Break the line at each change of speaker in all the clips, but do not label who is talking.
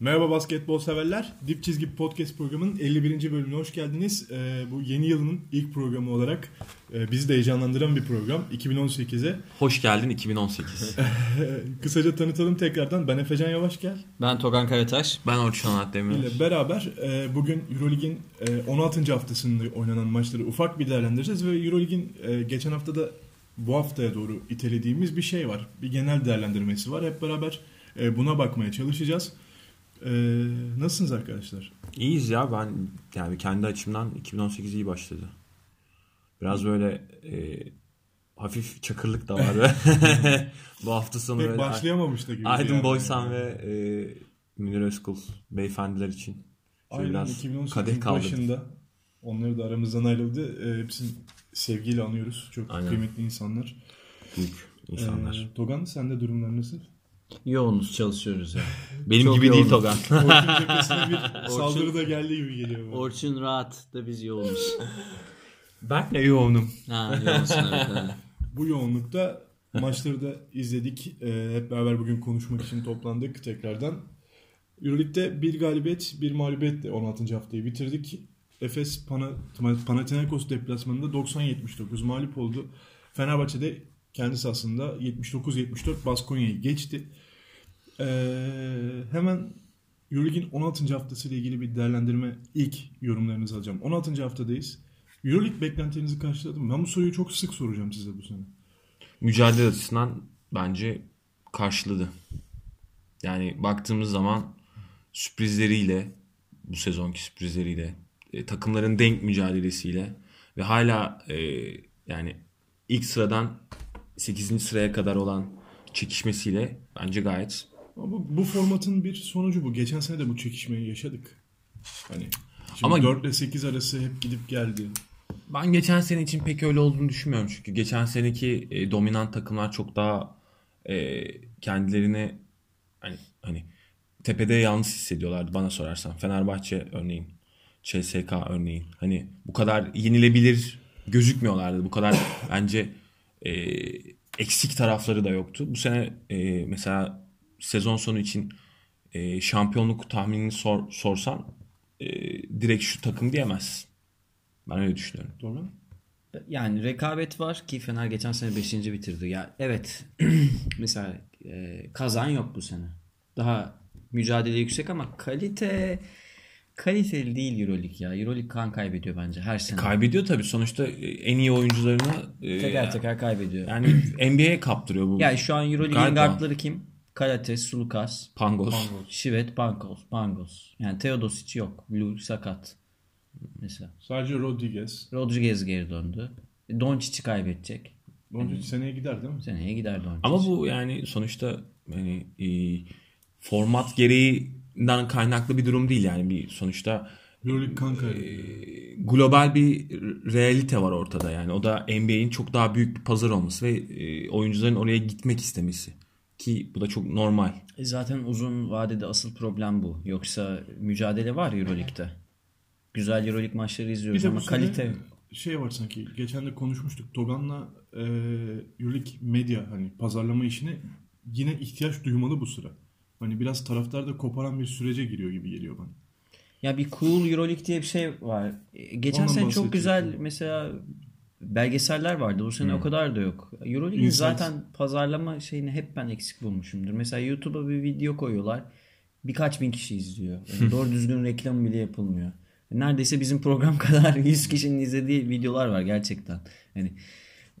Merhaba basketbol severler. Dip Çizgi Podcast programının 51. bölümüne hoş geldiniz. Ee, bu yeni yılının ilk programı olarak e, bizi de heyecanlandıran bir program. 2018'e.
Hoş geldin 2018.
Ee, kısaca tanıtalım tekrardan. Ben Efecan Yavaş gel.
Ben Togan Karataş.
ben Orçun Anat Demir.
ile beraber e, bugün Eurolig'in e, 16. haftasında oynanan maçları ufak bir değerlendireceğiz ve Eurolig'in e, geçen haftada bu haftaya doğru itelediğimiz bir şey var. Bir genel değerlendirmesi var. Hep beraber e, buna bakmaya çalışacağız. E, nasılsınız arkadaşlar?
İyiyiz ya ben yani kendi açımdan 2018 iyi başladı. Biraz böyle e, hafif çakırlık da vardı. Bu hafta sonu
Pek
böyle
başlayamamıştı gibi.
Aydın
Yani.
Boysan ve e, Münir Özkul beyefendiler için. Şöyle
Aynen
biraz
2018'in
kadeh kaldı.
başında onları da aramızdan ayrıldı. E, hepsini sevgiyle anıyoruz. Çok
Aynen.
kıymetli insanlar.
büyük insanlar.
E, Togan sen de durumlar nasıl?
Yoğunuz çalışıyoruz ya.
Benim
çok
gibi değil
yoğunum.
Togan.
Orçun cephesine bir saldırı da geldiği gibi geliyor. bana.
Orçun rahat da biz yoğunuz.
Ben de yoğunum.
ha yoğunsun evet. evet.
Bu yoğunlukta maçları da izledik. Ee, hep beraber bugün konuşmak için toplandık tekrardan. Euroleague'de bir galibiyet, bir mağlubiyetle 16. haftayı bitirdik. Efes Pana, Panathinaikos deplasmanında 90-79 mağlup oldu. Fenerbahçe de kendisi aslında 79-74 Baskonya'yı geçti. Ee, hemen Euroleague'in 16. haftası ile ilgili bir değerlendirme ilk yorumlarınızı alacağım. 16. haftadayız. Euroleague beklentilerinizi karşıladı mı? Ben bu soruyu çok sık soracağım size bu sene.
mücadele açısından bence karşıladı. Yani baktığımız zaman sürprizleriyle bu sezonki sürprizleriyle e, takımların denk mücadelesiyle ve hala e, yani ilk sıradan 8. sıraya kadar olan çekişmesiyle bence gayet
Ama bu, bu formatın bir sonucu bu. Geçen sene de bu çekişmeyi yaşadık. Hani şimdi
Ama-
4 ile 8 arası hep gidip geldi.
Ben geçen sene için pek öyle olduğunu düşünmüyorum çünkü geçen seneki e, dominant takımlar çok daha e, kendilerini hani hani tepede yalnız hissediyorlardı bana sorarsan. Fenerbahçe örneğin, CSK örneğin. Hani bu kadar yenilebilir gözükmüyorlardı. Bu kadar bence e, eksik tarafları da yoktu. Bu sene e, mesela sezon sonu için e, şampiyonluk tahminini sor, sorsan e, direkt şu takım diyemezsin. Ben öyle düşünüyorum.
Doğru mu?
Yani rekabet var ki Fener geçen sene 5. bitirdi. Ya evet. Mesela e, kazan yok bu sene. Daha mücadele yüksek ama kalite kaliteli değil EuroLeague ya. EuroLeague kan kaybediyor bence her sene.
Kaybediyor tabii. Sonuçta e, en iyi oyuncularını e,
teker teker kaybediyor.
yani NBA'ye kaptırıyor bu.
Yani şu an EuroLeague'in
Galiba.
guardları kim? Kalates, Sulukas,
Pangos.
Şivet, Pangos, Pangos. Yani Teodosic yok. Lul sakat. Mesela.
Sadece Rodriguez.
Rodriguez geri döndü. Doncic'i kaybedecek.
Doncic seneye gider değil mi?
Bu seneye gider Doncic.
Ama bu yani sonuçta hani e, format gereğinden kaynaklı bir durum değil yani bir sonuçta e,
Euroleague kanka.
Ee,
global bir realite var ortada yani o da NBA'in çok daha büyük bir pazar olması ve e, oyuncuların oraya gitmek istemesi ki bu da çok normal.
E Zaten uzun vadede asıl problem bu. Yoksa mücadele var Euroleague'de. Güzel Euroleague maçları
bir
izliyoruz
de bu
ama
sene
kalite
şey var sanki. Geçen de konuşmuştuk. Togan'la e, Euroleague medya hani pazarlama işine yine ihtiyaç duymalı bu sıra. Hani biraz taraftar da koparan bir sürece giriyor gibi geliyor bana.
ya bir cool Euroleague diye bir şey var. E, Geçen
Ondan
sene çok güzel
bahsedecektim.
mesela belgeseller vardı. Bu sene o kadar da yok. Euroleague'in
İnsan-
zaten pazarlama şeyini hep ben eksik bulmuşumdur. Mesela YouTube'a bir video koyuyorlar. Birkaç bin kişi izliyor. Yani doğru düzgün reklam bile yapılmıyor. Neredeyse bizim program kadar 100 kişinin izlediği videolar var gerçekten. Yani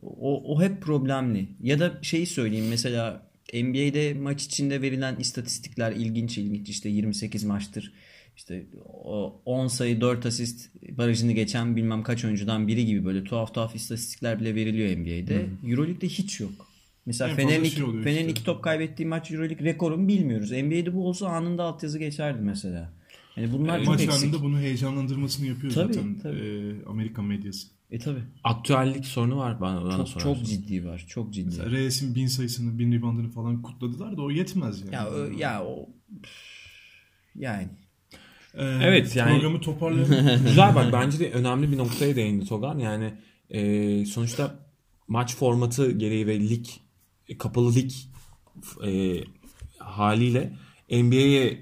O, o hep problemli. Ya da şeyi söyleyeyim mesela NBA'de maç içinde verilen istatistikler ilginç ilginç işte 28 maçtır. İşte o 10 sayı 4 asist barajını geçen bilmem kaç oyuncudan biri gibi böyle tuhaf tuhaf istatistikler bile veriliyor NBA'de. Euroleague'de hiç yok. Mesela
En fazla
Fener'in,
şey oluyor
Fener'in
işte.
iki top kaybettiği maç Euroleague rekorun bilmiyoruz. NBA'de bu olsa anında altyazı geçerdi mesela. Yani bunlar çok
Maç
eksik.
anında bunu heyecanlandırmasını yapıyor
Tabii,
zaten
tabii.
e, Amerika medyası.
E tabi.
Aktüellik sorunu var bana, bana
Çok,
sorarsan.
çok ciddi var. Çok ciddi.
Reyes'in bin sayısını, bin ribandını falan kutladılar da o yetmez yani.
Ya, ö- ya o yani
Ee,
Evet, yani-
Programı toparlayalım.
Güzel bak bence de önemli bir noktaya değindi Togan. Yani e, sonuçta maç formatı gereği ve lig e, kapalı lig f- e, haliyle NBA'ye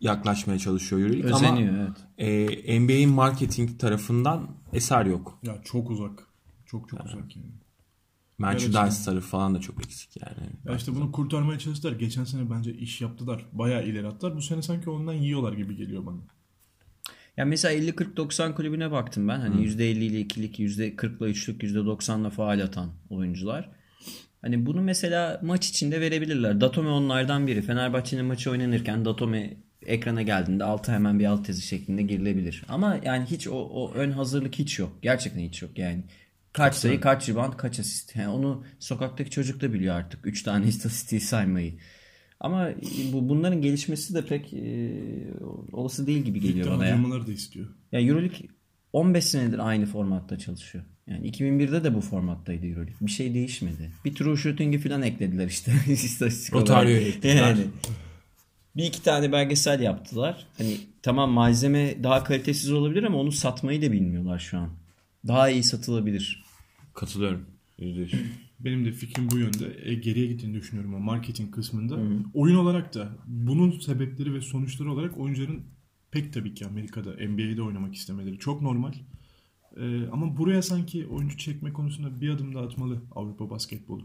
yaklaşmaya çalışıyor Euroleague
Özeniyor
ama
evet.
e, NBA'in marketing tarafından eser yok.
Ya çok uzak. Çok çok uzak yani.
Merchandise tarafı falan da çok eksik yani.
Ya işte bunu kurtarmaya çalıştılar. Geçen sene bence iş yaptılar. Bayağı ileri attılar. Bu sene sanki ondan yiyorlar gibi geliyor bana.
Ya mesela 50-40-90 kulübüne baktım ben. Hani %50 ile 2'lik, %40 ile 3'lük, %90 ile faal atan oyuncular. Hani bunu mesela maç içinde verebilirler. Datome onlardan biri. Fenerbahçe'nin maçı oynanırken Datome ekrana geldiğinde altı hemen bir alt tezi şeklinde girilebilir. Ama yani hiç o, o ön hazırlık hiç yok. Gerçekten hiç yok yani. Kaç sayı, kaç rebound, kaç asist. Yani onu sokaktaki çocuk da biliyor artık. 3 tane istatistiği saymayı. Ama bu bunların gelişmesi de pek e, olası değil gibi geliyor
Daha
bana ya.
duymaları da istiyor.
Ya Euroleague 15 senedir aynı formatta çalışıyor. Yani 2001'de de bu formattaydı Euroleague. Bir şey değişmedi. Bir true shooting'i falan eklediler işte. İstatistik olarak.
Rotario'yu eklediler.
Yani. Bir iki tane belgesel yaptılar. Hani tamam malzeme daha kalitesiz olabilir ama onu satmayı da bilmiyorlar şu an. Daha iyi satılabilir.
Katılıyorum. %100.
Benim de fikrim bu yönde. E, geriye gittiğini düşünüyorum o marketing kısmında. Oyun olarak da bunun sebepleri ve sonuçları olarak oyuncuların pek tabii ki Amerika'da NBA'de oynamak istemeleri çok normal. E, ama buraya sanki oyuncu çekme konusunda bir adım daha atmalı Avrupa basketbolu.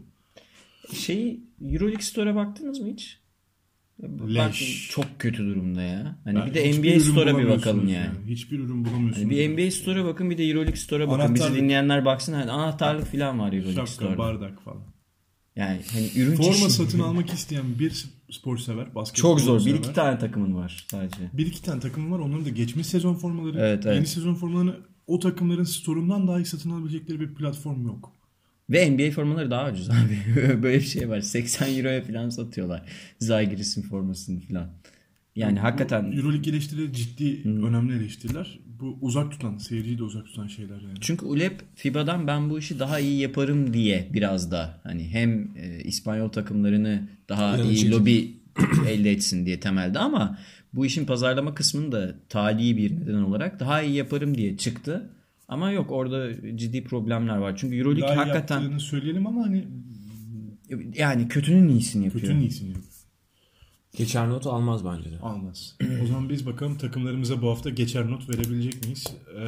Şeyi Euroleague Store'a baktınız mı hiç?
Leş.
Baktım, çok kötü durumda ya. Hani
Yani
bir de
hiçbir
NBA
ürün
Store'a bir
bulamıyorsunuz
bakalım yani.
Hiçbir ürün bulamıyorsunuz.
Yani bir NBA Store'a bakın bir de Euroleague Store'a bakın. Bizi
Anahtarlık.
dinleyenler baksın. Hani anahtarlık falan var Euroleague
Şapka,
Store'da.
bardak falan.
yani hani ürün
Forma
çeşidi.
satın almak isteyen bir spor sever, basketbol
Çok zor. Bir
sever.
iki tane takımın var sadece.
Bir iki tane takım var. Onların da geçmiş sezon formaları,
Evet,
yeni
evet.
sezon formalarını o takımların store'undan daha iyi satın alabilecekleri bir platform yok.
Ve NBA formaları daha ucuz abi. Böyle bir şey var. 80 euroya falan satıyorlar. Zagiris'in formasını falan. Yani hakikaten
Euroleague eleştirileri ciddi, önemli eleştiriler. Bu uzak tutan, seyirciyi de uzak tutan şeyler yani.
Çünkü ULEP FIBA'dan ben bu işi daha iyi yaparım diye biraz da hani hem e, İspanyol takımlarını daha iyi lobi elde etsin diye temelde ama bu işin pazarlama kısmını da tali bir neden olarak daha iyi yaparım diye çıktı. Ama yok orada ciddi problemler var. Çünkü EuroLeague
Daha iyi
hakikaten
yaptığını söyleyelim ama hani
yani kötünün iyisini yapıyor.
kötünün iyisini yap.
Geçer not almaz bence de.
Almaz. o zaman biz bakalım takımlarımıza bu hafta geçer not verebilecek miyiz? Ee,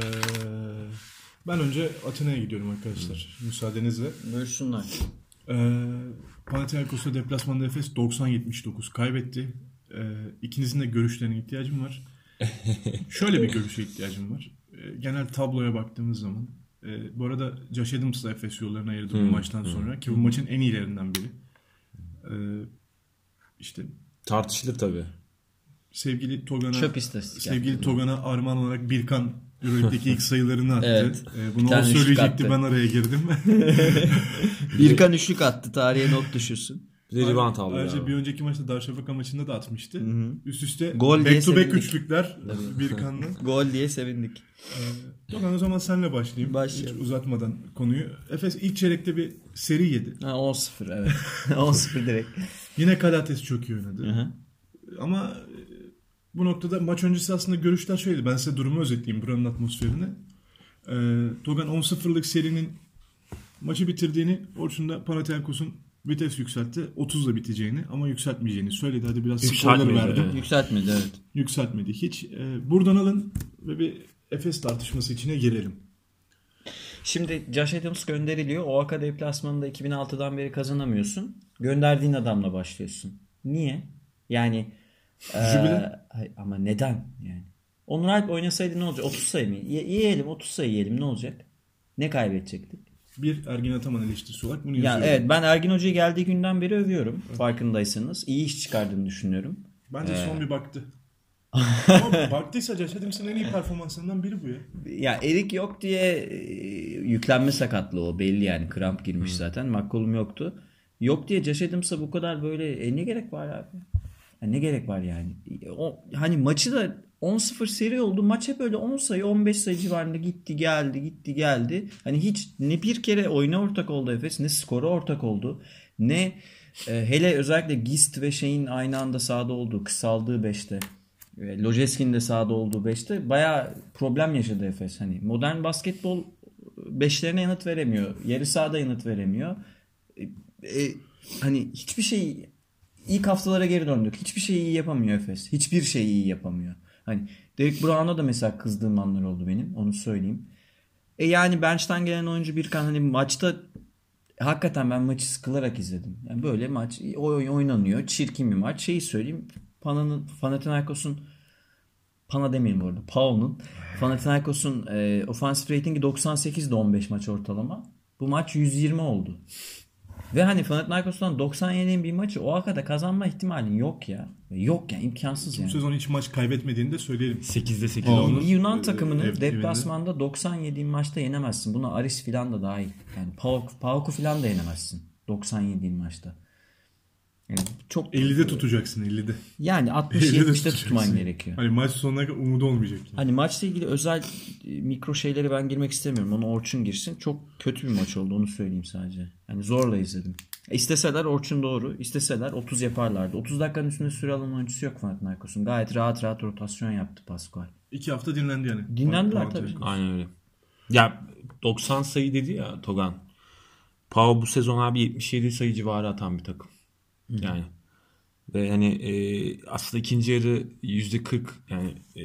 ben önce Atina'ya gidiyorum arkadaşlar. Müsaadenizle.
Buyursunlar.
Ee, Panathinaikos'la deplasmanda Efes 90-79 kaybetti. Ee, ikinizin de görüşlerine ihtiyacım var. Şöyle bir görüşe ihtiyacım var. Ee, genel tabloya baktığımız zaman. e, bu arada Josh Adams'la Efes yollarını ayırdı bu maçtan sonra. Ki bu maçın en iyilerinden biri. Ee, işte
Tartışılır tabii.
sevgili Togan'a
Çöp istatistik
sevgili Togan'a armağan olarak Birkan Euroleague'deki ilk sayılarını attı.
Evet.
Ee, bunu
Bir
o
tane üçlük
söyleyecekti
attı.
ben araya girdim.
Birkan üçlük attı. Tarihe not düşürsün.
Bir de rebound aldı
Ayrıca
galiba.
bir önceki maçta Darüşşafaka maçında da atmıştı. Üst üste
Gol diye
back to back
sevindik.
üçlükler Birkan'la.
Gol diye sevindik.
Dolan o zaman senle başlayayım.
Başlayalım.
Hiç uzatmadan konuyu. Efes ilk çeyrekte bir seri yedi.
Ha, 10-0 evet. 10-0 direkt.
Yine Kalates çok iyi oynadı. Ama e, bu noktada maç öncesi aslında görüşler şöyleydi. Ben size durumu özetleyeyim buranın atmosferini. E, Togan 10-0'lık serinin maçı bitirdiğini, Orçun da Panathinaikos'un vites yükseltti. 30'la biteceğini ama yükseltmeyeceğini söyledi. Hadi biraz spoiler
Yükseltmedi,
verdim.
evet.
Yükseltmedi evet.
yükseltmedi hiç. Ee, buradan alın ve bir Efes tartışması içine gelelim.
Şimdi Josh Adams gönderiliyor. OAK deplasmanında 2006'dan beri kazanamıyorsun. Gönderdiğin adamla başlıyorsun. Niye? Yani eee,
Jübile.
hay- ama neden yani? Onur Alp oynasaydı ne olacak? 30 sayı mı? Ye- yiyelim 30 sayı yiyelim ne olacak? Ne kaybedecektik?
Bir Ergin Ataman eleştirisi olarak bunu
Ya
yazıyorum.
evet ben Ergin Hoca'yı geldiği günden beri övüyorum. Farkındaysanız. İyi iş çıkardığını düşünüyorum.
Bence son bir baktı. Ama baktıysa Josh Adams'ın en iyi performanslarından biri bu ya.
Ya erik yok diye e, yüklenme sakatlığı o belli yani kramp girmiş zaten. McCollum yoktu. Yok diye Josh Adams'a bu kadar böyle e, ne gerek var abi? Ya ne gerek var yani? E, O, hani maçı da 10-0 seri oldu. Maç hep öyle 10 sayı 15 sayı civarında gitti geldi gitti geldi. Hani hiç ne bir kere oyuna ortak oldu Efes ne skora ortak oldu. Ne e, hele özellikle Gist ve şeyin aynı anda sahada olduğu kısaldığı 5'te. E, Lojeskin de sahada olduğu 5'te bayağı problem yaşadı Efes. Hani modern basketbol beşlerine yanıt veremiyor. Yarı sahada yanıt veremiyor. E, e, hani hiçbir şey ilk haftalara geri döndük. Hiçbir şeyi iyi yapamıyor Efes. Hiçbir şeyi iyi yapamıyor. Hani Derek Brown'a da mesela kızdığım anlar oldu benim. Onu söyleyeyim. E yani bench'ten gelen oyuncu Birkan hani maçta hakikaten ben maçı sıkılarak izledim. Yani böyle maç e, oy- oynanıyor. Çirkin bir maç. Şeyi söyleyeyim. Pana'nın Panathinaikos'un Pana demeyin bu arada. Pao'nun Panathinaikos'un e, offensive ratingi 98'de 15 maç ortalama. Bu maç 120 oldu. Ve hani Panathinaikos'tan 90 yediğin bir maçı o hakikaten kazanma ihtimalin yok ya. Yok yani imkansız
Bu
yani.
sezon hiç maç kaybetmediğini de söyleyelim.
8'de 8
Paul.
oldu.
Onun,
Bir Yunan
e,
takımını
ev-
deplasmanda 97 maçta yenemezsin. Buna Aris filan da dahil. Yani Pauk, Pauk'u filan da yenemezsin. 97 maçta. Yani çok
50'de tutacaksın 50'de.
Yani
50'de
60-70'de şey tutman
tutacaksın.
gerekiyor.
Hani maç sonuna kadar umudu olmayacak. yani.
Hani maçla ilgili özel e, mikro şeyleri ben girmek istemiyorum. Onu Orçun girsin. Çok kötü bir maç oldu onu söyleyeyim sadece. Yani zorla izledim. E, İsteseler Orçun doğru. İsteseler 30 yaparlardı. 30 dakikanın üstünde süre alan oyuncusu yok Panathinaikos'un. Gayet rahat rahat rotasyon yaptı Pascual.
İki hafta dinlendi yani.
Dinlendiler
Pan-
tabii.
Pan-
Aynen öyle. Ya 90 sayı dedi ya Togan. Pau bu sezon abi 77 sayı civarı atan bir takım. Yani. Ve hani e, aslında ikinci yarı %40 yani e,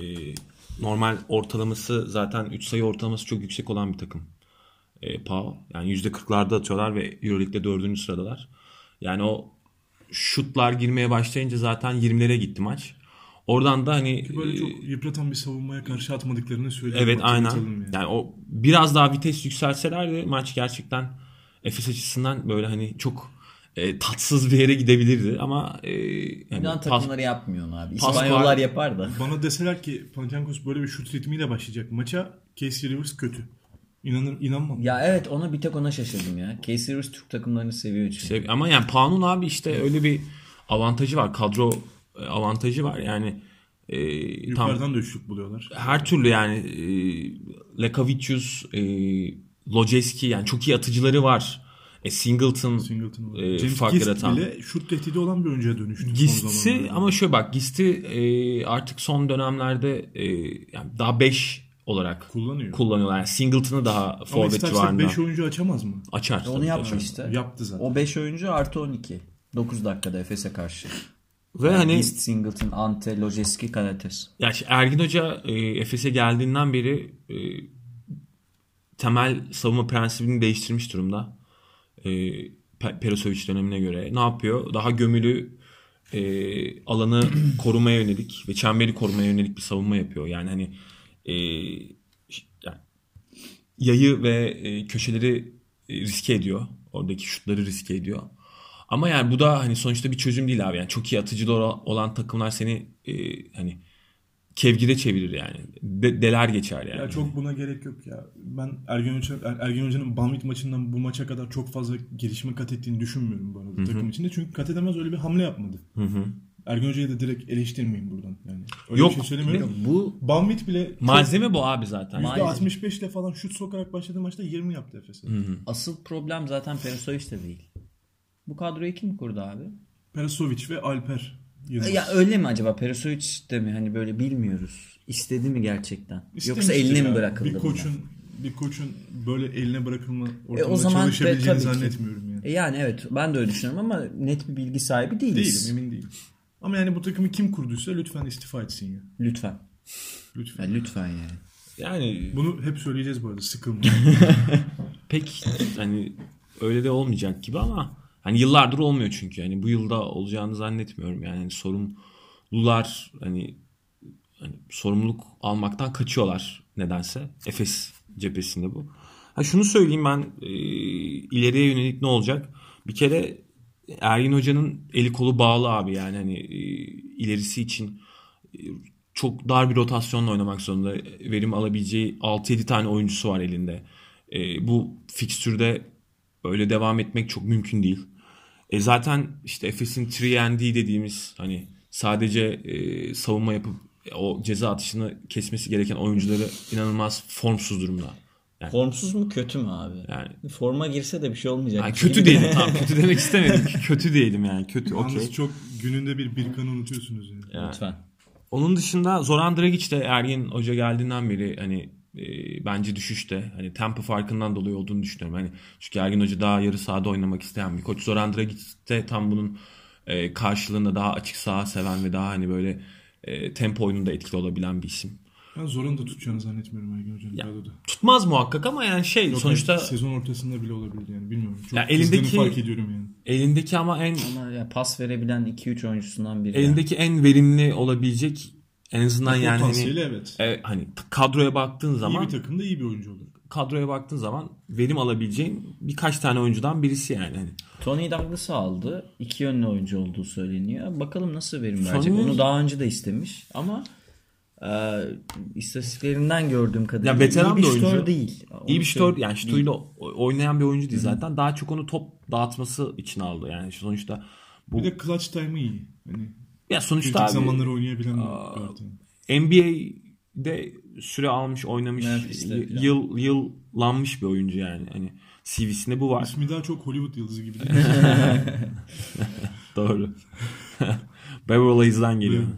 normal ortalaması zaten 3 sayı ortalaması çok yüksek olan bir takım. E, Pau. Yani %40'larda atıyorlar ve Euroleague'de 4. sıradalar. Yani o şutlar girmeye başlayınca zaten 20'lere gitti maç. Oradan da hani
Böyle
e,
çok yıpratan bir savunmaya karşı atmadıklarını söyleyelim.
Evet aynen.
hatırlatalım
Yani. o biraz daha vites yükselselerdi maç gerçekten Efes açısından böyle hani çok e, tatsız bir yere gidebilirdi ama e, yani
Yunan
pas-
takımları yapmıyorsun abi.
Pascual-
İspanyollar yapar da.
Bana deseler ki Panathinaikos böyle bir şut ritmiyle başlayacak maça Casey Rivers kötü. İnanır, inanmam.
Ya evet ona bir tek ona şaşırdım ya. Casey Rivers Türk takımlarını seviyor çünkü.
Sev- Ama yani Panun abi işte öyle bir avantajı var. Kadro e, avantajı var. Yani e, tam
Yukarıdan da üçlük buluyorlar.
her türlü yani e, Lekavicius, e, Lojeski yani çok iyi atıcıları var. E, Singleton,
Singleton var.
e,
James
fark
Gist
yaratan.
bile şut tehdidi olan bir oyuncuya dönüştü. son
Gist'i
zamanlarda.
ama şöyle bak Gist'i e, artık son dönemlerde e, yani daha 5 olarak
Kullanıyor.
kullanıyorlar. Yani Singleton'ı daha
Ama
forvet
isterse
civarında
5 oyuncu açamaz mı?
açar.
Onu
tabii,
yapma
açar.
işte.
Yaptı zaten.
O 5 oyuncu artı 12. 9 dakikada Efes'e karşı.
Ve
Yani
hani
East Singleton, Ante, Lojeski, Kalates.
ya işte Ergin Hoca e, Efes'e geldiğinden beri e, temel savunma prensibini değiştirmiş durumda. E, Pe- Perosovic dönemine göre. Ne yapıyor? Daha gömülü e, alanı korumaya yönelik ve çemberi korumaya yönelik bir savunma yapıyor. Yani hani e, yani yayı ve e, köşeleri e, riske ediyor. Oradaki şutları riske ediyor. Ama yani bu da hani sonuçta bir çözüm değil abi. Yani çok iyi atıcı doğru olan takımlar seni e, hani kevgire çevirir yani. De- deler geçer yani.
Ya çok buna gerek yok ya. Ben Ergen, Hoca, Er- Ergen Hoca'nın Banvit maçından bu maça kadar çok fazla gelişme kat ettiğini düşünmüyorum bu arada takım içinde. Çünkü kat edemez öyle bir hamle yapmadı. Ergen Hoca'yı da direkt eleştirmeyin buradan. Yani öyle
Yok.
bir şey söylemiyorum.
Bu
Banvit bile
Malzeme bu abi zaten.
Ma-
çok- %65 ile falan şut sokarak başladığı maçta 20 yaptı Efes'e.
asıl problem zaten Perusovic de değil. Bu kadroyu kim kurdu abi?
Perasovic ve Alper. Yılmaz.
Ya öyle mi acaba? Perusovic de mi? Hani böyle bilmiyoruz. İstedi mi gerçekten? Yoksa
İstemiştir
eline
ya.
mi bırakıldı
Bir
bunlar?
koçun bir koçun böyle eline bırakılma ortamda
E, o zaman de
çalışabileceğini
tabii ki.
zannetmiyorum yani.
E yani evet ben de öyle düşünüyorum ama net bir bilgi sahibi değiliz.
Değilim emin değilim. Ama yani bu takımı kim kurduysa lütfen istifa etsin ya.
Lütfen.
Lütfen.
Ya lütfen yani.
Yani
Bunu hep söyleyeceğiz bu arada sıkılma.
pek hani öyle de olmayacak gibi ama hani yıllardır olmuyor çünkü. Hani bu yılda olacağını zannetmiyorum. Yani hani sorumlular hani, hani sorumluluk almaktan kaçıyorlar nedense. Efes cephesinde bu. Ha şunu söyleyeyim ben e, ileriye yönelik ne olacak? Bir kere Ergin Hoca'nın eli kolu bağlı abi yani hani e, ilerisi için çok dar bir rotasyonla oynamak zorunda. Verim alabileceği 6-7 tane oyuncusu var elinde. E, bu fikstürde öyle devam etmek çok mümkün değil. E, zaten işte Efes'in 3 D dediğimiz hani sadece e, savunma yapıp e, o ceza atışını kesmesi gereken oyuncuları inanılmaz formsuz durumda. Yani,
Formsuz mu kötü mü abi?
yani
Forma girse de bir şey olmayacak.
yani kötü
değil.
diyelim tamam kötü demek istemedim. Kötü diyelim yani kötü okey.
Yalnız çok gününde bir Birkan'ı unutuyorsunuz yani.
Lütfen.
Onun dışında Zoran Dragic de Ergin Hoca geldiğinden beri hani e, bence düşüşte. Hani tempo farkından dolayı olduğunu düşünüyorum. Hani çünkü Ergin Hoca daha yarı sahada oynamak isteyen bir koç. Zoran Dragic de tam bunun e, e, karşılığında daha açık saha seven ve daha hani böyle e, tempo oyununda etkili olabilen bir isim.
Ben Zoran'ı da tutacağını zannetmiyorum Ergen Hoca'nın kadroda.
Tutmaz muhakkak ama yani şey
Yok,
sonuçta
yani sezon ortasında bile olabilir yani bilmiyorum. Çok
Ya
elindeki...
elindeki-
fark ediyorum yani.
elindeki ama en
Ama ya pas verebilen 2-3 oyuncusundan biri. yani.
elindeki en verimli olabilecek en azından yani hani,
Potansiyeli evet.
e, hani t- kadroya baktığın
İyi
zaman
bir takımda iyi bir oyuncu olur.
kadroya baktığın zaman verim alabileceğin birkaç tane oyuncudan birisi yani. Hani
Tony Douglas'ı aldı. İki yönlü oyuncu olduğu söyleniyor. Bakalım nasıl verim verecek.
Tony-
Onu daha önce de istemiş ama e, istatistiklerinden gördüğüm kadarıyla
Ya veteran
iyi bir
da oyuncu.
şutör değil. Onu
şey,
iyi bir şutör
söyleyeyim.
yani şutuyla o- oynayan bir oyuncu değil zaten. Daha çok onu top dağıtması için aldı yani sonuçta bu
Bir de clutch time'ı iyi. Hani
ya sonuçta
kritik
abi
zamanları oynayabilen bir guard yani.
NBA'de süre almış, oynamış,
Memphis'te
y-
falan.
yıl yıllanmış bir oyuncu yani. Hani CV'sinde bu var.
İsmi daha çok Hollywood yıldızı gibi değil. mi?
Doğru. Beverly Hills'dan geliyor.
Hmm.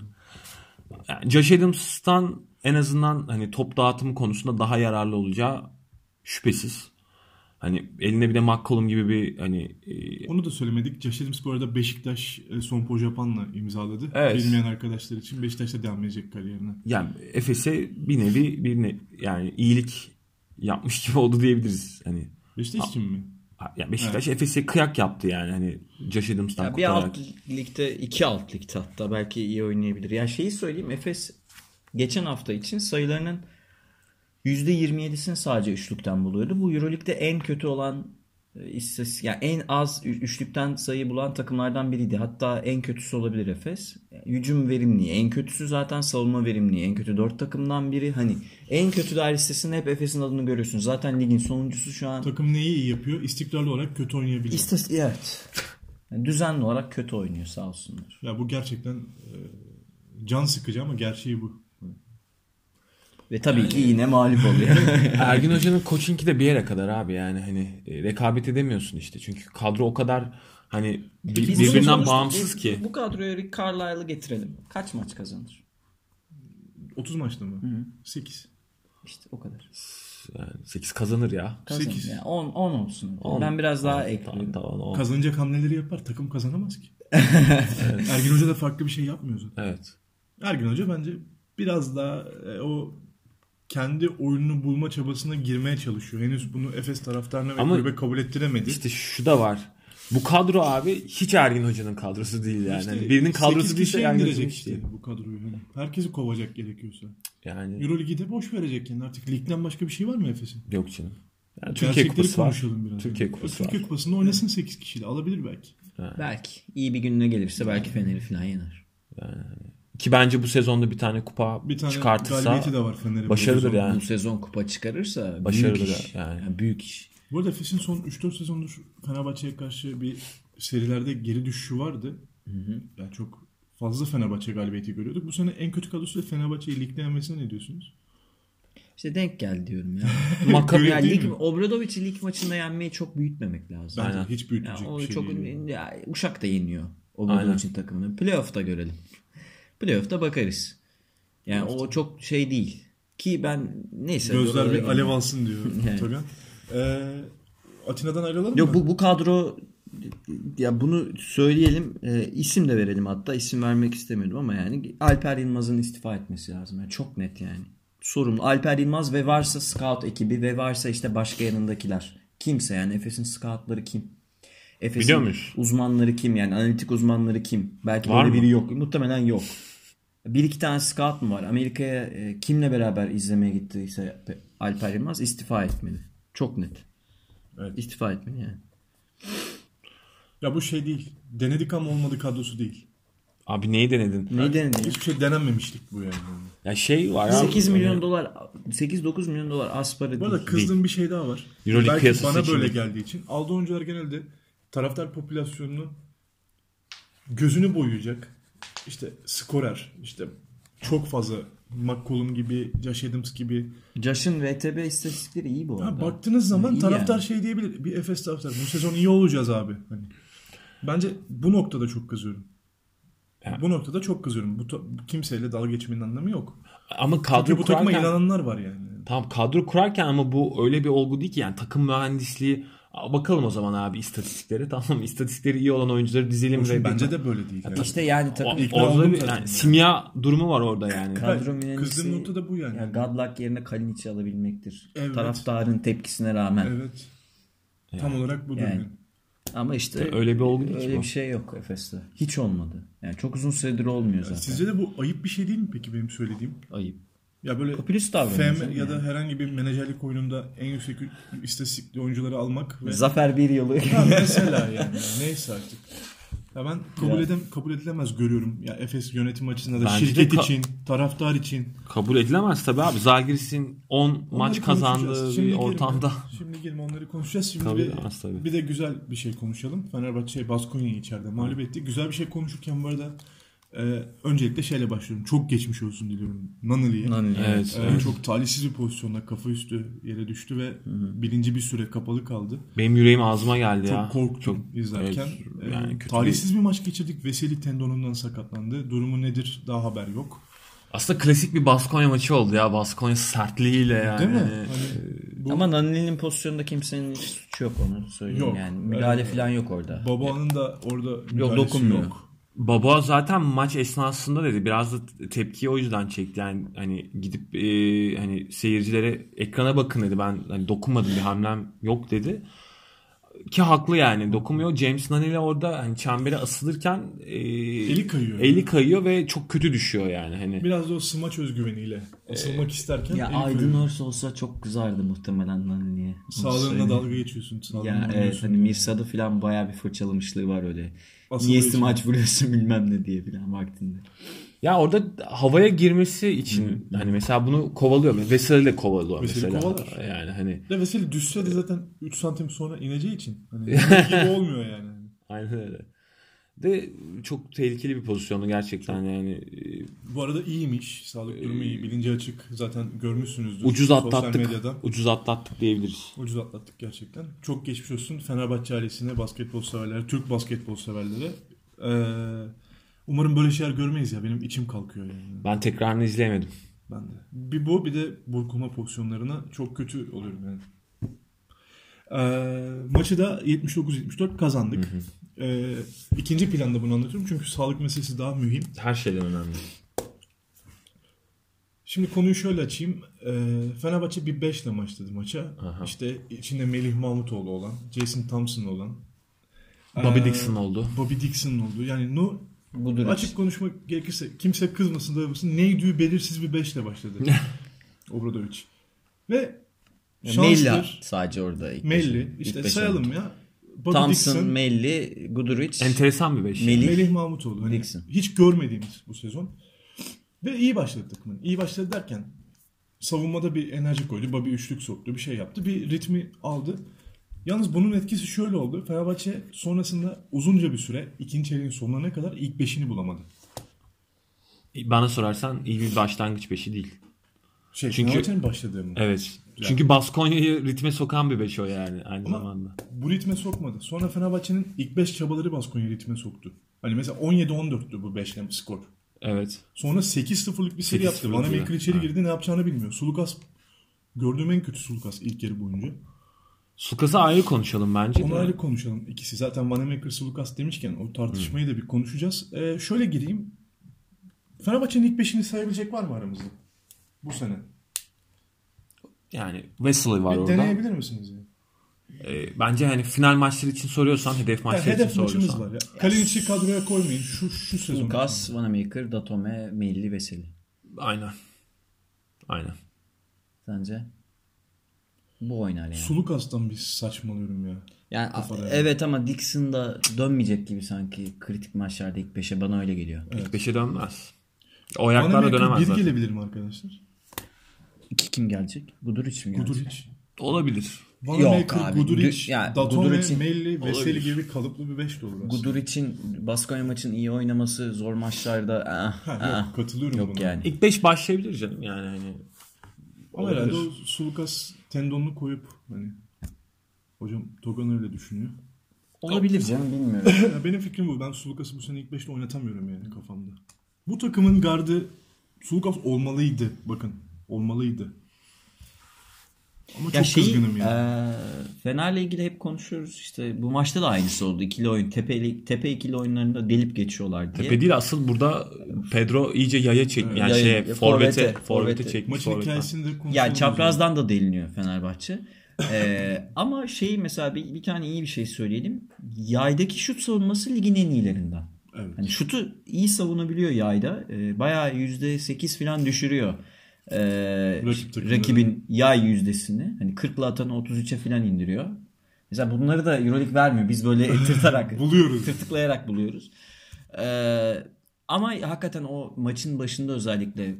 Evet.
Yani Josh Adams'tan en azından hani top dağıtımı konusunda daha yararlı olacağı şüphesiz. Hani eline bir de McCollum gibi bir hani e,
Onu da söylemedik. Josh Adams bu arada Beşiktaş e, Sonpo Japan'la imzaladı.
Evet.
Bilmeyen arkadaşlar için Beşiktaş'ta devam edecek kariyerine.
yani Efes'e bir nevi bir ne, yani iyilik yapmış gibi oldu diyebiliriz. Hani
Beşiktaş için mi?
yani Beşiktaş Efes'e kıyak yaptı yani hani Josh Adams'tan
Ya bir
kurtararak.
alt ligde, iki alt ligde hatta belki iyi oynayabilir. Ya şeyi söyleyeyim Efes geçen hafta için sayılarının %27'sini sadece üçlükten buluyordu. Bu Euroleague'de en kötü olan e, istatistik, yani en az ü- üçlükten sayı bulan takımlardan biriydi. Hatta en kötüsü olabilir Efes. Hücum verimliği, en kötüsü zaten savunma verimliği. En kötü dört takımdan biri. Hani en kötüler listesinde hep Efes'in adını görüyorsun. Zaten ligin sonuncusu şu an.
Takım neyi iyi yapıyor? İstikrarlı olarak kötü oynayabiliyor.
İstatistik evet. Yani düzenli olarak kötü oynuyor sağ olsunlar.
ya bu gerçekten e, can sıkıcı ama gerçeği bu.
Ve tabii ki yine mağlup oluyor.
Ergin Hoca'nın koçinki de bir yere kadar abi yani hani e, rekabet edemiyorsun işte. Çünkü kadro o kadar hani bir-
Biz bunu
birbirinden
konuştuk.
bağımsız
Biz
ki.
Bu kadroya Rick Carlisle'ı getirelim. Kaç maç kazanır?
30 maçta mı? 8.
İşte o kadar.
Yani 8 kazanır ya.
Sekiz.
Kazanır. 10 10 olsun.
On.
Ben biraz daha
Tamam,
ekleyeyim.
tamam, on.
Kazanacak hamleleri yapar. Takım kazanamaz ki. Ergin Hoca da farklı bir şey yapmıyor zaten.
Evet.
Ergin Hoca bence biraz daha e, o kendi oyununu bulma çabasına girmeye çalışıyor. Henüz bunu Efes taraftarına ve
Ama-
kulübe kabul ettiremedi.
İşte şu da var. Bu kadro abi hiç Ergin Hoca'nın kadrosu değil yani.
İşte
Hani birinin kadrosu
sekiz
değilse
kişiye
Ergin Hoca'nın
indirecek
hiç
işte
değil.
bu kadroyu. Hani herkesi kovacak gerekiyorsa.
Yani
Euroligi de boş verecek yani artık ligden başka bir şey var mı Efes'in?
yok canım. Yani Türkiye
Gerçekleri
Kupası var.
konuşalım biraz.
Türkiye
yani.
Kupası
Türkiye
var.
Kupası'nda oynasın 8 kişiyle alabilir belki.
Belki iyi bir gününe gelirse belki Fener'i falan yener.
Ki bence bu sezonda bir tane kupa
Bir tane
çıkartırsa
galibiyeti de var Fener'in.
başarıdır
bu sezon.
yani.
Bu sezon kupa çıkarırsa
Başarılı
büyük iş.
da yani.
Yani büyük iş.
Bu arada Efes'in son 3-4 sezondur Fenerbahçe'ye karşı bir serilerde geri düşüşü vardı. Yani çok fazla Fenerbahçe galibiyeti görüyorduk. Bu sene en kötü kadrosu da Fenerbahçe'yi ligde yenmesine ne diyorsunuz?
İşte denk geldi diyorum ya.
Makabi
Öyle
yani
değil
lig,
mi?
Obradovic'i lig maçında yenmeyi çok büyütmemek lazım.
Bence
Aynen.
hiç
Ya
büyütmeyecek
o
bir şey
çok
değil.
ya, Uşak da yeniyor
Aynen.
olduğu için takımını. Playoff'ta görelim. Playoff'ta bakarız. Yani o çok şey değil. Ki ben neyse.
Gözler
oralara
bir
girmeyeyim.
alev alsın diyor
Evet.
Togan. Ee, Atina'dan ayrılalım mı?
Yok bu bu kadro ya bunu söyleyelim. e, isim de verelim hatta. isim vermek istemiyordum ama yani Alper Yılmaz'ın istifa etmesi lazım. Yani çok net yani. Sorumlu Alper Yılmaz ve varsa scout ekibi ve varsa işte başka yanındakiler. Kimse yani Efes'in scoutları kim? Efes'in
Biliyor muyuz?
uzmanları kim yani analitik uzmanları kim? Belki
Var
böyle
mı?
biri yok. Muhtemelen yok. Bir iki tane scout mu var? Amerika'ya e, kimle beraber izlemeye gittiyse Alper Yılmaz istifa etmeli. Çok net.
Evet.
İstifa etmeli yani.
Ya bu şey değil. Denedik ama olmadı kadrosu değil.
Abi neyi denedin?
Neyi denedin?
Hiçbir şey denenmemişlik bu yani.
Ya şey var abi.
8
hani-
milyon dolar 8-9 milyon dolar az para
Bu
değil.
arada kızdığım bir şey daha var.
Euroleague
Belki
piyasası
bana
için
böyle
değil.
geldiği için. Aldığı oyuncular genelde taraftar popülasyonunu gözünü boyayacak. İşte skorer, işte çok fazla McCollum gibi, Josh Adams gibi.
Josh'ın RTB istatistikleri iyi bu
Ya
arada.
baktığınız zaman
İyi
taraftar
yani.
şey diyebilir. Bir Efes taraftar. Bu sezon iyi olacağız abi. Hani. Bence bu noktada çok kızıyorum. Bu noktada çok kızıyorum. Bu ta- bu kimseyle dalga geçmenin anlamı yok.
Ama
Çünkü
kadro
bu takıma
kurarken
inananlar var yani.
Tamam kadro kurarken ama bu öyle bir olgu değil ki yani takım mühendisliği Aa, Bakalım o zaman abi istatistiklere. Tamam istatistikleri iyi olan oyuncuları dizelim.
Hoş,
ve
bence de böyle değil. Yani.
İşte yani
O-
tabii
oldum
orada bir
zaten
yani,
ya.
simya durumu var orada yani.
kadro
Kızdığım
mühendisi
nokta da bu yani.
ya Godluck yerine Kalinic'i alabilmektir.
Evet.
Taraftarın tepkisine rağmen.
Evet. Tam olarak bu
Yani.
yani.
Ama işte
Öyle bir olgu değil ki
öyle
bu.
bir şey yok Efes'te. Hiç olmadı. Yani çok uzun süredir olmuyor zaten.
Sizce de bu ayıp bir şey değil mi peki benim söylediğim?
Ayıp.
Ya böyle
Popülist davranış
FM
canım
ya da
yani.
herhangi bir menajerlik oyununda en yüksek istatistikli oyuncuları almak ve
Zafer bir yolu.
Ha, mesela yani neyse artık. Ya ben kabul edem kabul edilemez görüyorum. Ya Efes yönetim açısından da
Bence de
şirket
ka-
için, taraftar için.
Kabul edilemez tabii abi. Zalgiris'in 10 maç
Onları konuşacağız.
kazandığı
Şimdi
bir
girme.
ortamda.
Şimdi girme onları konuşacağız. Şimdi
Kabul
bir,
edemez tabii.
bir de güzel bir şey konuşalım. Fenerbahçe Baskonya'yı içeride mağlup etti. Güzel bir şey konuşurken bu arada e, öncelikle şeyle başlıyorum. Çok geçmiş olsun diliyorum Nanali'ye.
Evet.
E, Çok talihsiz bir pozisyonda kafa üstü yere düştü ve birinci bir süre kapalı kaldı.
Benim yüreğim ağzıma geldi ya.
Çok korktum izlerken.
Evet, yani
Ee,
kötü
talihsiz bir... maç geçirdik. Veseli tendonundan sakatlandı. Durumu nedir daha haber yok.
Aslında klasik bir Baskonya maçı oldu ya. Baskonya sertliğiyle yani. e,
Değil mi? Hani bu
Ama Naneli'nin pozisyonunda kimsenin hiç suçu yok onu söyleyeyim
Yok.
yani. Müdahale
Evet.
falan yok orada.
Baba'nın da orada müdahalesi
dokunmuyor.
yok.
Baba zaten maç esnasında dedi biraz da tepkiyi o yüzden çekti yani hani gidip e, hani seyircilere ekrana bakın dedi ben hani dokunmadım bir hamlem yok dedi ki haklı yani dokunmuyor James Nunn orada hani çembere asılırken e,
Eli kayıyor.
eli kayıyor ve çok kötü düşüyor yani hani
Biraz da o smaç özgüveniyle asılmak isterken
Ee, Ya
eli
Aydın
kayıyor.
Örs olsa çok kızardı muhtemelen Naneli'ye. Onu
Sağlığına
söyleyeyim.
dalga geçiyorsun. Sağlığına
şey- Ya evet
vuruyorsun.
hani Mirsa'da falan bayağı bir fırçalamışlığı var öyle.
Asıl
Niye
öyle şey.
smaç vuruyorsun bilmem ne diye falan vaktinde.
ya orada havaya girmesi için hani mesela bunu kovalıyor Veseli de kovalıyor
Veseli
mesela
kovalar.
yani hani
Ve Veseli düşse de zaten 3 santim sonra ineceği için. Hani yemek gibi olmuyor yani.
aynen öyle de çok tehlikeli bir pozisyonu gerçekten yani e,
Bu arada iyiymiş.
Ee,
Sağlık durumu iyi. Bilinci açık. Zaten görmüşsünüzdür.
Ucuz
Sosyal
atlattık.
medyada.
Ucuz atlattık diyebiliriz.
Ucuz atlattık gerçekten. Çok geçmiş olsun Fenerbahçe ailesine, basketbol severlere, Türk basketbol severlere. Ee, umarım böyle şeyler görmeyiz ya. Benim içim kalkıyor yani.
Ben tekrarını izleyemedim.
Ben de. Bir bu bir de burkulma pozisyonlarına çok kötü oluyorum yani. Ee, maçı da 79-74 kazandık. Ee, ikinci planda bunu anlatıyorum çünkü sağlık meselesi daha mühim.
Her şeyden önemli.
Şimdi konuyu şöyle açayım. Ee, Fenerbahçe bir 5 ile başladı maça.
Aha.
İşte içinde Melih Mahmutoğlu olan, Jason Thompson olan.
Bobby
ee,
Dixon oldu.
Bobby Dixon'ın olduğu. Yani no,
Budur.
açık konuşmak gerekirse kimse kızmasın duymasın. Neydi belirsiz bir 5 ile başladı. Obradovic. Ve
Mella
şanstır.
sadece orada. ilk beşi-
Melli.
ilk
İşte
beşi
sayalım
unuttum.
ya. Bobby
Thompson,
Dixon,
Melli, Guduric.
Enteresan bir beş.
Melih.
Melih Mahmutoğlu. Hani
Dixon.
Hiç görmediğimiz bu sezon. Ve iyi başladı takımın. İyi başladı derken savunmada bir enerji koydu. Babi üçlük soktu. Bir şey yaptı. Bir ritmi aldı. Yalnız bunun etkisi şöyle oldu. Fenerbahçe sonrasında uzunca bir süre ikinci çeyreğin sonuna kadar ilk beşini bulamadı.
Bana sorarsan iyi bir başlangıç beşi değil.
Şey,
Çünkü-
Fenerbahçe'nin başladığı mı?
Evet. Çünkü Baskonya'yı ritme sokan bir beş o yani aynı
Ama-
zamanda.
Bu ritme sokmadı. Sonra Fenerbahçe'nin ilk 5 çabaları Baskonya ritme soktu. Hani mesela 17-14'tü bu 5 skor.
Evet.
Sonra 8-0'lık bir seri
8-0'lık
yaptı. Bana Maker
ya.
içeri
Ha.
girdi ne yapacağını bilmiyor. Sulukas gördüğüm en kötü Sulukas ilk yarı boyunca.
Sukas'ı ayrı konuşalım bence. de.
Onu ayrı konuşalım ikisi. Zaten Vanamaker Sulukas demişken o tartışmayı da bir konuşacağız. Ee, şöyle gireyim. Fenerbahçe'nin ilk beşini sayabilecek var mı aramızda? Bu sene.
Yani Wesley var
bir
orada.
deneyebilir misiniz? Yani?
Ee, bence hani final maçları için soruyorsan, hedef
Ya
maçları
hedef
için
maçımız var
soruyorsan.
ya. Kalinic'i kadroya koymayın. Şu, şu sezon.
Lucas, Vanamaker, Datome, Melli, Veseli.
Aynen. Aynen.
Sence? Bu oynar yani.
Sulukas'tan bir saçmalıyorum ya.
yani a-
Kafada yani.
evet ama Dixon da dönmeyecek gibi sanki kritik maçlarda ilk 5'e bana öyle geliyor.
İlk beşe dönmez. O
Bana
ayaklarla
bir
dönemez
bir
zaten.
gelebilir mi arkadaşlar?
İki kim gelecek? Guduric mi gelecek?
Guduric.
Olabilir.
Yok
Vanamaker,
abi,
Guduric,
Gü- yani
Datome,
Guduric'in-
Melli, Veseli
Olabilir.
gibi kalıplı bir beş de olur aslında.
Guduric'in Baskonya maçın iyi oynaması zor maçlarda ah,
Ha, yok,
ah.
katılıyorum
yok
buna.
yani.
İlk beş başlayabilir canım yani hani
Ama
Olabilir.
herhalde o Sulukas tendonunu koyup hani hocam Togan öyle düşünüyor.
Olabilir canım bilmiyorum.
Ya benim fikrim bu. Ben Sulukas'ı bu sene ilk beşte oynatamıyorum yani kafamda. Bu takımın gardı Sulukas olmalıydı. Bakın olmalıydı. Ama
Ya e,
çok kızgınım ya.
eee, Fener'le ilgili hep konuşuyoruz işte bu maçta da aynısı oldu. İkili oyun tepe, tepe ikili oyunlarında delip geçiyorlar diye.
Tepe değil asıl burada Pedro iyice yaya çek yani
Yaya-
şeye
forvete,
forvete forvete,
forvete.
çekmiş.
Maçın
forvete.
hikayesini de konuşalım.
Yani çaprazdan da deliniyor Fenerbahçe. Eee, ama şey mesela bir, bir tane iyi bir şey söyleyelim. Yaydaki şut savunması ligin en iyilerinden.
Evet.
Hani şutu iyi savunabiliyor yayda. Ee, bayağı %8 falan düşürüyor. Ee,
Rakip takımları.
rakibin yay yüzdesini. Hani 40'la atanı 33'e falan indiriyor. Mesela bunları da Euroleague vermiyor. Biz böyle tırtarak,
Buluyoruz.
tırtıklayarak buluyoruz. Ee, ama hakikaten o maçın başında özellikle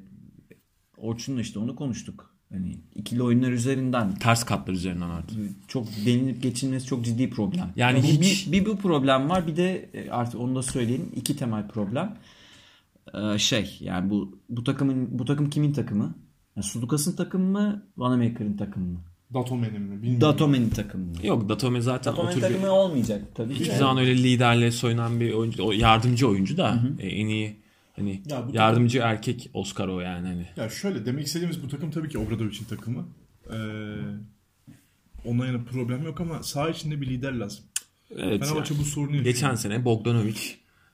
Orçun'la işte onu konuştuk. Hani ikili oyunlar üzerinden
Ters katlar üzerinden artık.
çok delinip geçilmesi çok ciddi problem.
Yani
bu-
hiç-
bir, bir bu problem var bir de e, artık onu da söyleyeyim iki temel problem. Ee, şey yani bu bu takımın bu takım kimin takımı? Yani Sudukas'ın takımı mı? Vanamaker'ın takımı mı?
Datomen'im mi? Bilmiyorum.
Datome'nin takımı mı?
Yok Datome zaten o
Datome'nin
tür bir...
takımı olmayacak tabii.
Hiçbir
ki.
zaman öyle liderle soyunan bir oyuncu, o yardımcı oyuncu da e, en iyi hani
Ya bu-
yardımcı erkek Oscar o yani hani.
Ya şöyle demek istediğimiz bu takım tabii ki Obradovic'in takımı. Ee, ona yana problem yok ama saha içinde bir lider lazım.
Evet.
Fenerbahçe
yani.
bu sorunu yaşıyor.
Geçen sene Bogdanovic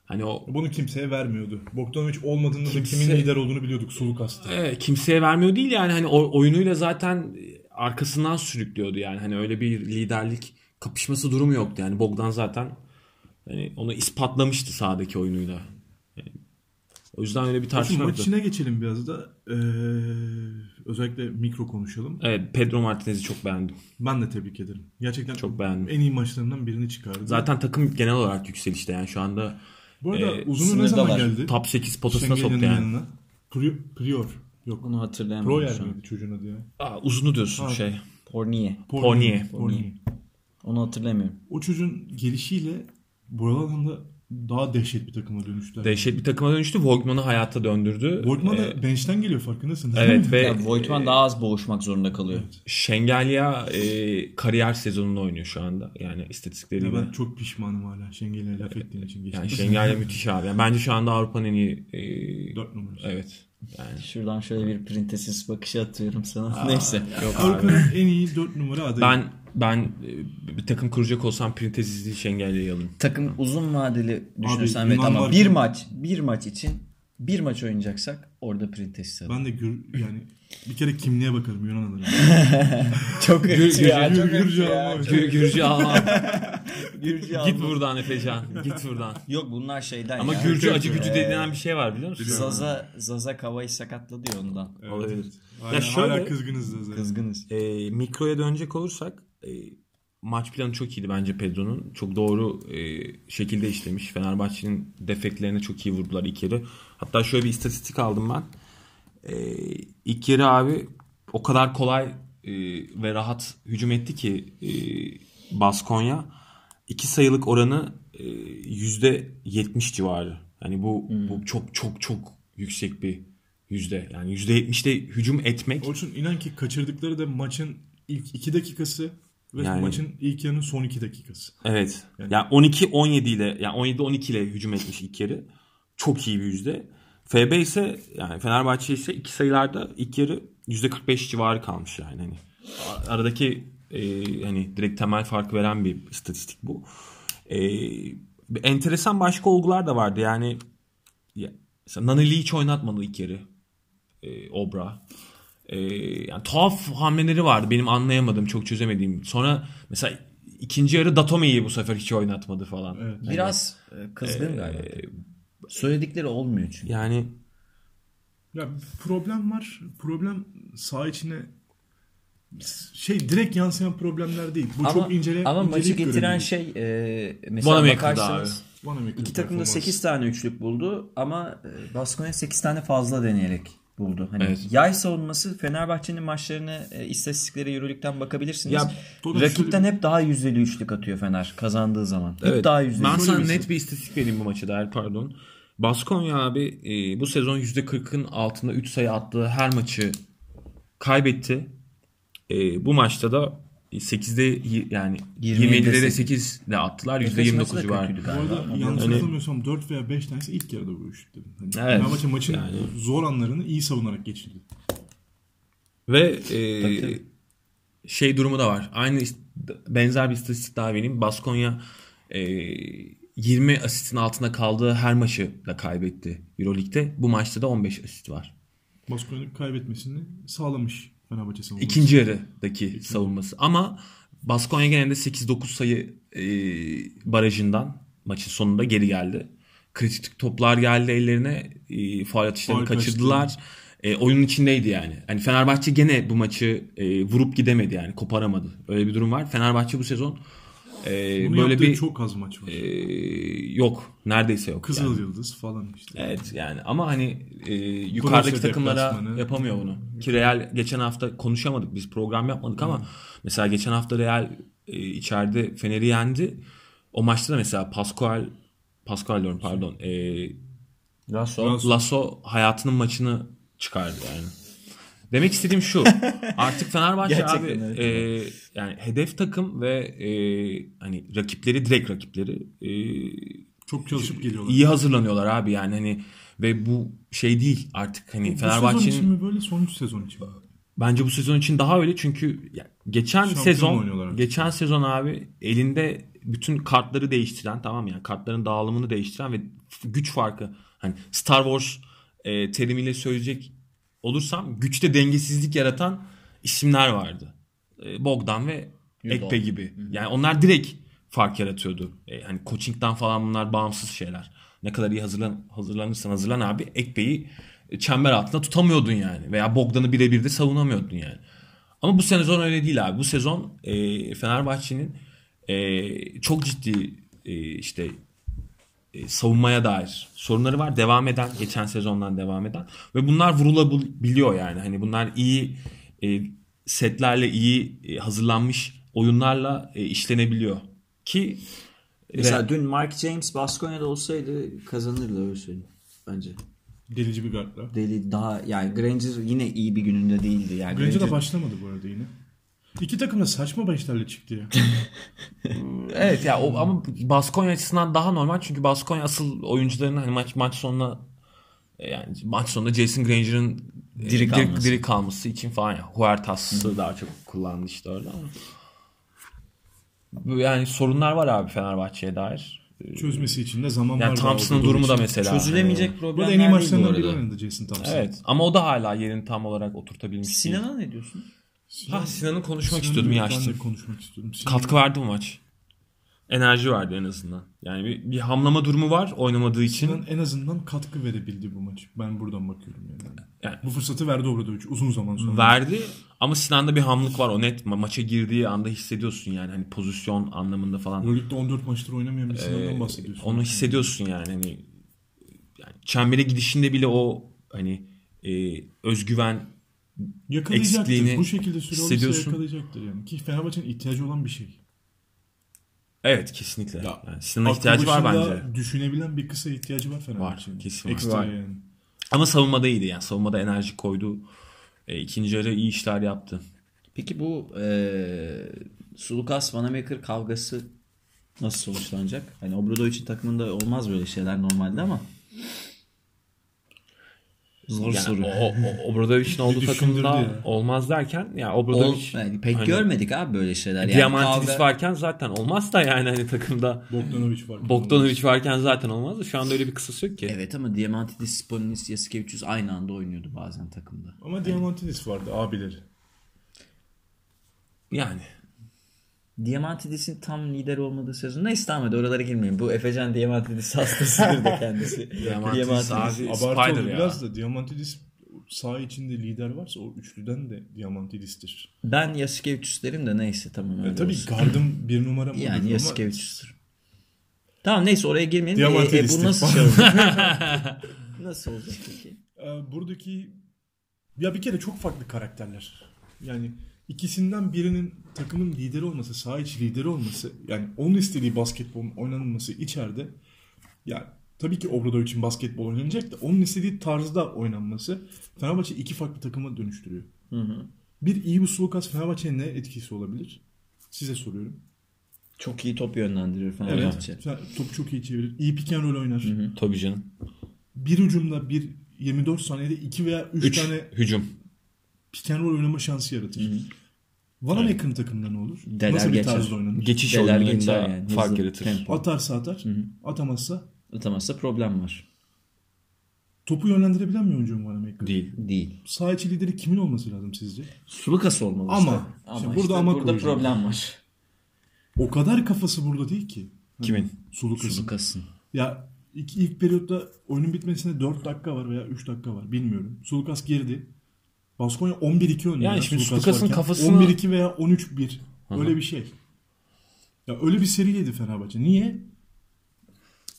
hani o
Bunu kimseye vermiyordu. Bogdanovic olmadığında
Kimse-
da kimin lider olduğunu biliyorduk. Suluk hasta.
e, kimseye vermiyor değil yani hani o- oyunuyla zaten arkasından sürüklüyordu yani hani öyle bir liderlik kapışması durumu yoktu yani Bogdan zaten hani onu ispatlamıştı sahadaki oyunuyla. Yani o yüzden öyle bir
Şu
tartışma
maç
yoktu.
içine geçelim biraz da. Ee, özellikle mikro konuşalım.
Evet Pedro Martinez'i çok beğendim.
Ben de tebrik ederim. Gerçekten
Çok beğendim.
en iyi maçlarından birini çıkardı.
Zaten takım genel olarak yükselişte yani şu anda
bu arada
e,
uzunu ne zaman
sınırdalar.
geldi?
top 8 potasına
Şengel'in
soktu yani.
yanına. Prior, Prior. Yok.
Bunu hatırlayamıyorum
Proyer
şu an.
miydi çocuğun adı ya?
Aa, uzunu diyorsun
Ha.
şey.
Porniye.
Pornier.
Pornier.
Onu hatırlamıyorum.
O çocuğun gelişiyle buralar anlamda daha dehşet bir takıma dönüştü.
Dehşet bir takıma dönüştü. Volkman'ı hayata döndürdü.
Volkman da
Ee,
bench'ten geliyor farkındasınız değil
evet
mi?
ve
ya Voigtman daha az boğuşmak zorunda kalıyor.
Şengelya e, kariyer sezonunda oynuyor şu anda. Yani
Ya
istatistikleriyle.
ben çok pişmanım hala Şengel'e laf ettiğim için geçti.
Yani Şengelya müthiş abi. Yani bence şu anda Avrupa'nın en iyi e,
4 numarası.
evet. Yani
Şuradan şöyle bir printesiz bakışı atıyorum sana. Neyse.
yok abi.
Avrupa'nın en iyi 4 numara adayı.
Ben ben e, bir takım kuracak olsam Printezizli Şengelya'yı alırım.
takım uzun vadeli düşünürsen
Abi,
evet
Yunan
ama
var
bir
ki-
maç bir maç için bir maç oynayacaksak orada Printes'i alın.
ben de gür, yani bir kere kimliğe bakarım Yunan adına.
Çok kötü ya.
Gür,
Çok
Gürcü
kötü
ama.
ya.
Gür, Gürcü alma.
Gürcü
Git
alma.
buradan Efecan. Git buradan.
Yok bunlar şeyden
Ama
ya.
Gürcü acı gücü
Ee,
denilen bir şey var biliyor musun?
Zaza, Zaza Kava'yı sakatladı ya ondan.
Olabilir.
Hala,
Ya şöyle-
hala kızgınız da zaten.
Kızgınız.
E, mikroya dönecek olursak e, maç planı çok iyiydi bence Pedro'nun. Çok doğru e, şekilde işlemiş. Fenerbahçe'nin defeklerine çok iyi vurdular ilk yarı. Hatta şöyle bir istatistik aldım ben. E, ilk yarı abi o kadar kolay e, ve rahat hücum etti ki e, Baskonya. iki sayılık oranı e, %70 civarı. Yani bu, bu çok çok çok yüksek bir yüzde. Yani %70'de hücum etmek.
Onun için inan ki kaçırdıkları da maçın ilk 2 dakikası ve
Yani-
maçın ilk yarının son 2 dakikası.
Evet. Yani, 12 17 ile yani 17 12 ile hücum etmiş ilk yarı. Çok iyi bir yüzde. FB ise yani Fenerbahçe ise iki sayılarda ilk yarı %45 civarı kalmış yani hani. A- Aradaki e, hani direkt temel fark veren bir istatistik bu. E, bir enteresan başka olgular da vardı. Yani ya, mesela Naneli hiç oynatmadı ilk yarı. E, Obra. Ee, yani tuhaf hamleleri vardı benim anlayamadığım çok çözemediğim. Sonra mesela ikinci yarı Datome'yi bu sefer hiç oynatmadı falan.
Evet. Ee,
Biraz e, kızgın galiba. takım. Söyledikleri olmuyor çünkü.
Yani
Ya problem var. Problem sağ içine şey direkt yansıyan problemler değil. Bu çok incele
ama maçı
inceleyip
getiren
görebiliriz.
şey e, mesela
Vanamaker'dı abi.
bakarsanız
Wanamaker'ın
İki takım da
performansı.
8 tane üçlük buldu ama e, Baskonya 8 tane fazla deneyerek buldu. Hani
Evet.
yay savunması Fenerbahçe'nin maçlarını e, istatistiklere Euroleague'den bakabilirsiniz.
Ya,
Tolga
Rakipten hep daha yüzdeli üçlük atıyor Fener kazandığı zaman. Hep
Evet.
daha yüzdeli.
Ben sana
Şöyle bir
net bir istatistik vereyim bu maçı dair pardon. Baskonya abi e, bu sezon %40'ın altında 3 sayı attığı her maçı kaybetti. E, bu maçta da 8'de y- yani
27'de
27'de
sekiz.
8 de attılar
Efes maçı da
%29 civarı.
kötüydü
Bu
galiba.
arada yanlış
Hani-
hatırlamıyorsam 4 veya 5 tanesi ilk yarıda bu üçtüm. Hani
Evet.
Fenerbahçe maçın
Yani.
zor anlarını iyi savunarak geçirdi.
Ve e, şey durumu da var. Aynı ist- benzer bir istatistik daha vereyim. Baskonya e, 20 asistin altında kaldığı her maçı da kaybetti Euroleague'de. Bu maçta da 15 asist var.
Baskonya'nın kaybetmesini sağlamış Fenerbahçe savunması.
İkinci yarıdaki savunması. Ama Baskonya genelde 8-9 sayı e, barajından maçın sonunda geri geldi. Kritik toplar geldi ellerine. E, faal atışlarını
Faul
kaçırdılar. E, oyunun içindeydi yani. Hani Fenerbahçe gene bu maçı e, vurup gidemedi yani. Koparamadı. Öyle bir durum var. Fenerbahçe bu sezon e,
Bunu
böyle
yaptığı
bir
çok az maç var.
e, yok. Neredeyse yok.
Kızıl
yani. Ee,
Yıldız falan işte.
Evet yani ama hani e, yukarıdaki
Brose
takımlara
deplasmanı.
yapamıyor bunu. Ki Real geçen hafta konuşamadık biz program yapmadık ama mesela geçen hafta Real e, içeride Fener'i yendi. O maçta da mesela Pascual Pascual diyorum pardon. E,
Raso.
Lasso hayatının maçını çıkardı yani. Demek istediğim şu. artık Fenerbahçe abi
Gerçekten evet.
e, yani hedef takım ve e, hani rakipleri direkt rakipleri e,
Çok çalışıp geliyorlar.
iyi hazırlanıyorlar abi yani hani ve bu şey değil artık hani
Bu sezon
Fenerbahçe'nin
için mi böyle son üç sezon için mi?
bence bu sezon için daha öyle çünkü ya geçen
Şampiyon oynuyorlar
sezon
artık.
geçen sezon abi elinde bütün kartları değiştiren tamam mı? yani kartların dağılımını değiştiren ve f- güç farkı hani Star Wars e, terimiyle söyleyecek olursam güçte dengesizlik yaratan isimler vardı. E, Bogdan ve
Yudal.
Ekpe gibi. Yani onlar direkt fark yaratıyordu. E, hani coaching'den falan bunlar bağımsız şeyler. Ne kadar iyi hazırlan hazırlanırsan hazırlan abi Ekpe'yi çember altında tutamıyordun yani. Veya Bogdan'ı birebir de savunamıyordun yani. Ama bu sezon öyle değil abi. Bu sezon e, Fenerbahçe'nin e, çok ciddi e, işte e, savunmaya dair sorunları var. Devam eden, geçen sezondan devam eden ve bunlar vurulabiliyor yani. Hani bunlar iyi e, setlerle, iyi e, hazırlanmış oyunlarla e, işlenebiliyor. Ki
Mesela dün Mark James Baskonya'da olsaydı kazanırdı öyle söyleyeyim. Bence.
Delici bir gardla.
Deli daha yani Granger yine iyi bir gününde değildi yani.
Granger de
Granger-
başlamadı bu arada yine. İki takım da saçma başlarla çıktı ya.
evet ya o, ama Baskonya açısından daha normal çünkü Baskonya asıl oyuncularının hani maç maç sonuna e, yani maç sonunda Jason Granger'ın e,
Diri kalması.
diri kalması için falan ya. Huertas'ı daha çok kullandı işte orada ama. Bu Yani sorunlar var abi Fenerbahçe'ye dair.
Çözmesi için de zaman var.
Yani
daha
Thompson'ın
olduğu
durumu da
için.
mesela. hani,
Çözülemeyecek
Bu arada en iyi
problemler değil bu
maçlarından biri
arada.
oynadı Jason Thompson.
Evet ama o da hala yerini tam olarak oturtabilmiş değil.
Sinan'a ne diyorsun?
Ha Sinan'ı konuşmak
Sinan'ın
istiyordum ya
ben de
açtım.
konuşmak istiyordum. Sinan-
Katkı verdi bu maç. Enerji verdi en azından. Yani bir, bir hamlama durumu var oynamadığı için.
Sinan en azından katkı verebildi bu maç. Ben buradan bakıyorum yani.
Yani-
Bu fırsatı verdi Obradoviç uzun zaman sonra.
Verdi ama Sinan'da bir hamlık var o net. Ma- Maça girdiği anda hissediyorsun yani hani pozisyon anlamında falan.
Euroleague'de 14 maçtır oynamayan bir
Ee,
Sinan'dan bahsediyorsun.
Onu hissediyorsun yani hani yani çembere gidişinde bile o hani e, özgüven
Yakalayacaktır.
eksikliğini
Bu şekilde süre olursa
hissediyorsun.
yakalayacaktır yani. Ki Fenerbahçe'nin ihtiyacı olan bir şey.
evet kesinlikle.
Ya,
Yani Sinan'a
Aklı
ihtiyacı var
başında
bence.
Düşünebilen bir kısa ihtiyacı var Fenerbahçe'nin.
Var, kesin var.
Ekstra
Var.
yani.
Ama savunmada iyiydi yani. Savunmada enerji koydu. E, ikinci yarı iyi işler yaptı.
Peki bu eee Sulukas Vanamaker kavgası nasıl sonuçlanacak? Hani Obradovic'in takımında olmaz böyle şeyler normalde ama. Zor
Yani
soru.
o, o, Obradovic'in olduğu
düşündürdü
takımda
ya.
olmaz derken ya
Ol-
Obradovic
yani pek
hani
görmedik abi böyle şeyler. Yani
Diamantidis
kavga-
varken zaten olmaz da yani hani takımda
Bogdanovic var.
Bogdanovic varken zaten olmaz da şu anda öyle bir kısası yok ki.
Evet ama Diamantidis, Sponilis, Yasikevicius aynı anda oynuyordu bazen takımda.
Ama Diamantidis vardı abileri.
Yani
Diamantidis'in tam lider olmadığı sezon. Neyse tamam hadi oralara girmeyin. Bu Efecan Diamantidis hastasıdır da kendisi.
Diamantidis abi.
Abartı
Spider
oldu
ya.
biraz da Diamantidis saha içinde lider varsa o üçlüden de Diamantidis'tir.
Ben Yasikevicius derim de neyse tamam öyle
E, tabii
olsun.
gardım bir numara mı?
Yani
olur
Yasikevicius'tur. Tamam neyse oraya girmeyelim.
Diamant
E, e,
listik
bu nasıl
falan.
şey olacak? nasıl olacak peki?
ama, e, buradaki ya bir kere çok farklı karakterler. Yani ikisinden birinin takımın lideri olması, saha içi lideri olması, yani onun istediği basketbolun oynanılması içeride yani tabii ki Obradovic'in basketbol oynanacak da onun istediği tarzda oynanması Fenerbahçe iki farklı takıma dönüştürüyor. Bir iyi bu Sulukas Fenerbahçe'ye ne etkisi olabilir? Size soruyorum.
Çok iyi top yönlendirir falan.
Evet. Topu çok iyi çevirir. İyi pick and roll oynar.
Tabii canım.
Bir ucumda bir 24 saniyede 2 veya 3
Üç
tane
hücum.
pick and roll oynama şansı yaratır. Van Aken takımda ne olur?
Deler
Nasıl bir
geçer.
tarzda oynanır?
Geçiş
Deler
oyunlarında
geçer yani,
fark
hızlı,
yaratır.
tempo.
Atarsa atar, atamazsa
Atamazsa problem var.
topu yönlendirebilen bir oyuncu mu Van Aken?
Değil.
Değil.
Sağ içi lideri kimin olması lazım sizce?
Sulukas olmalı
Ama,
işte.
şimdi burada ama
burada
koyacağım.
problem var.
O kadar kafası burada değil ki.
Kimin?
Sulukas'ın.
Sulukas'ın.
Ya ilk, ilk periyotta oyunun bitmesine 4 dakika var veya 3 dakika var bilmiyorum. Sulukas girdi. Baskonya 11-2 oynuyor.
Yani
ya
şimdi
Sulukas
Sulukas'ın
varken.
kafasına-
11-2 veya 13-1. Öyle bir şey. Ya öyle bir seri yedi Fenerbahçe. Niye?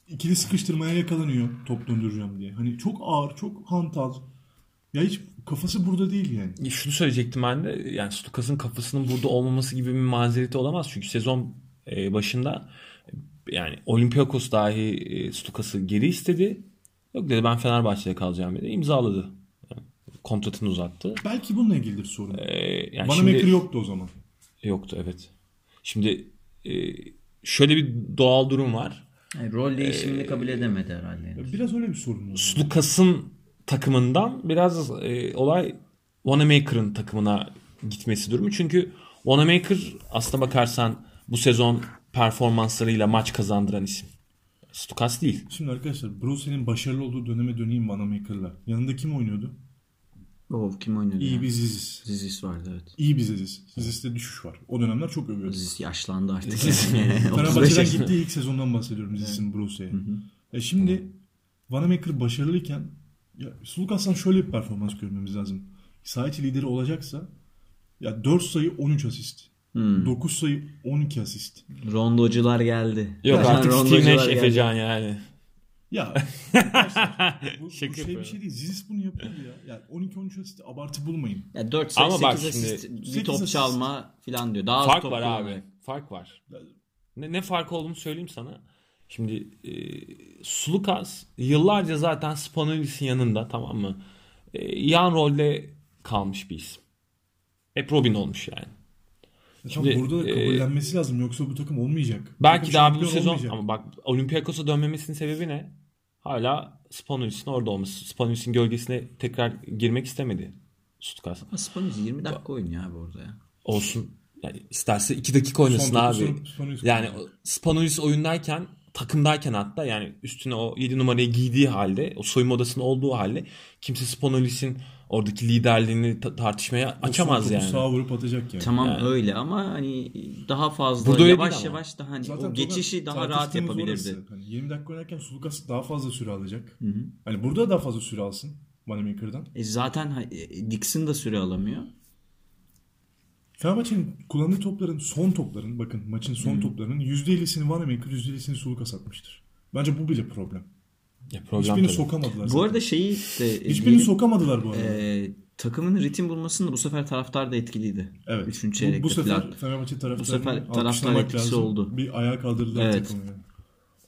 İkili sıkıştırmaya yakalanıyor top döndüreceğim diye. Hani çok ağır, çok hantal. Ya hiç kafası burada değil yani.
Ya Şunu söyleyecektim ben de. Yani Stukas'ın kafasının burada olmaması gibi bir mazereti olamaz. Çünkü sezon e, başında e, yani Olympiakos dahi e, Stukas'ı geri istedi. Yok dedi ben Fenerbahçe'de kalacağım dedi. İmzaladı. Yani kontratını uzattı.
Belki bununla ilgilidir sorun. Bana
E, yani
Bana
şimdi-
Maker yoktu o zaman.
Yoktu evet. Şimdi e, şöyle bir doğal durum var.
Yani rol
Ee,
değişimini kabul edemedi herhalde.
Ya Biraz öyle bir sorun var.
Lucas'ın takımından biraz e, olay Wanamaker'ın takımına gitmesi durumu. Çünkü Wanamaker aslına bakarsan bu sezon performanslarıyla maç kazandıran isim. Stukas değil.
Şimdi arkadaşlar Bruce'nin başarılı olduğu döneme döneyim bana Maker'la. Yanında kim oynuyordu?
Oh kim oynuyordu?
İyi
ya?
bir Ziziz.
Zizis vardı evet.
İyi bir Ziziz. Ziziz'de düşüş var. O dönemler çok övüyordu.
Zizis yaşlandı artık.
Zizis.
Yani 35
Fenerbahçe'den
yaşında.
gittiği ilk sezondan bahsediyorum Ziziz'in Bruce'ye. Ya şimdi Vanamaker başarılıyken ya Sulukas'tan şöyle bir performans görmemiz lazım. Saha içi lideri olacaksa ya 4 sayı 13 asist. 9 sayı 12 asist.
Rondocular geldi.
Yok
Yani
artık Steve
rondocular
Nash
geldi.
Efecan yani.
Ya arkadaşlar, bu, bu şey
Şaka
bir
yapıyorum.
şey değil. Ziziz bunu yapıyor ya. Yani 12-13 asisti abartı bulmayın.
Ya 4 sayı
Ama
8
bak
asist,
şimdi-
bir
Sekiz
top
asist.
çalma falan diyor. Daha az
Fark
top
var
kullanıyor.
abi. Fark var. Ne, ne fark olduğunu söyleyeyim sana. Şimdi e, Sulukas yıllarca zaten Spanolis'in yanında tamam mı? E, yan rolde kalmış bir isim. Hep Robin olmuş yani.
Ya
Şimdi,
tam burada da
e,
kabullenmesi lazım yoksa bu takım olmayacak.
Belki
takım
daha bu
şampiyon
sezon
olmayacak.
ama bak Olympiakos'a dönmemesinin sebebi ne? Hala Spanolis'in orada olması. Spanolis'in gölgesine tekrar girmek istemedi. Stuttgart.
Ama Spanucci 20 dakika oynuyor abi orada ya.
Olsun. Yani isterse 2 dakika oynasın
Son
abi.
topu Spanulis
yani
kullanacak.
Spanolis oyundayken takımdayken hatta yani üstüne o 7 numarayı giydiği halde o soyunma odasında olduğu halde kimse Spanolis'in oradaki liderliğini ta- tartışmaya
Son
açamaz
topu
yani.
Sağa vurup atacak yani.
Tamam öyle ama hani daha fazla
Burada öyle
yavaş
değil ama.
yavaş daha hani
Zaten
o geçişi
Tolga,
daha rahat
tartıştığımız
yapabilirdi.
orası. Hani 20 dakika oynarken Sulukas daha fazla süre alacak. Hani burada daha fazla süre alsın Vanamaker'dan.
E zaten ha- e, Dixon da süre alamıyor.
Fenerbahçe'nin kullandığı topların son topların bakın maçın son toplarının %50'sini Vanamaker %50'sini Sulukas atmıştır. Bence bu bile problem.
Ya problem
Hiçbirini
tabii.
sokamadılar.
Bu
zaten.
arada şeyi de
Hiçbirini sokamadılar bu arada.
e, takımın ritim bulmasının bu sefer taraftar da etkiliydi.
evet.
Üçüncü
Bu-
çeyrekte
bu, sefer
falan.
Fenerbahçe taraftarını
sefer taraftar
alkışlamak
etkisi
lazım.
oldu.
Bir ayağa kaldırdılar
Evet.
takımı. yani.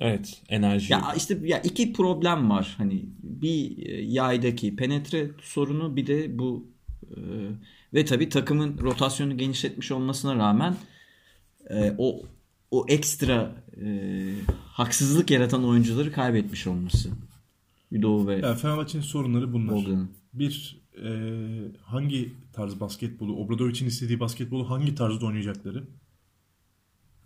Evet enerji.
Ya işte ya iki problem var. Hani bir e, yaydaki penetre sorunu bir de bu e, ve tabii takımın rotasyonu genişletmiş olmasına rağmen e, o o ekstra e, haksızlık yaratan oyuncuları kaybetmiş olması. Doğu ve
Yani Fenerbahçe'nin sorunları bunlar.
Bolgan'ın.
Bir, e, hangi tarz basketbolu, Obradovic'in istediği basketbolu hangi tarzda oynayacakları?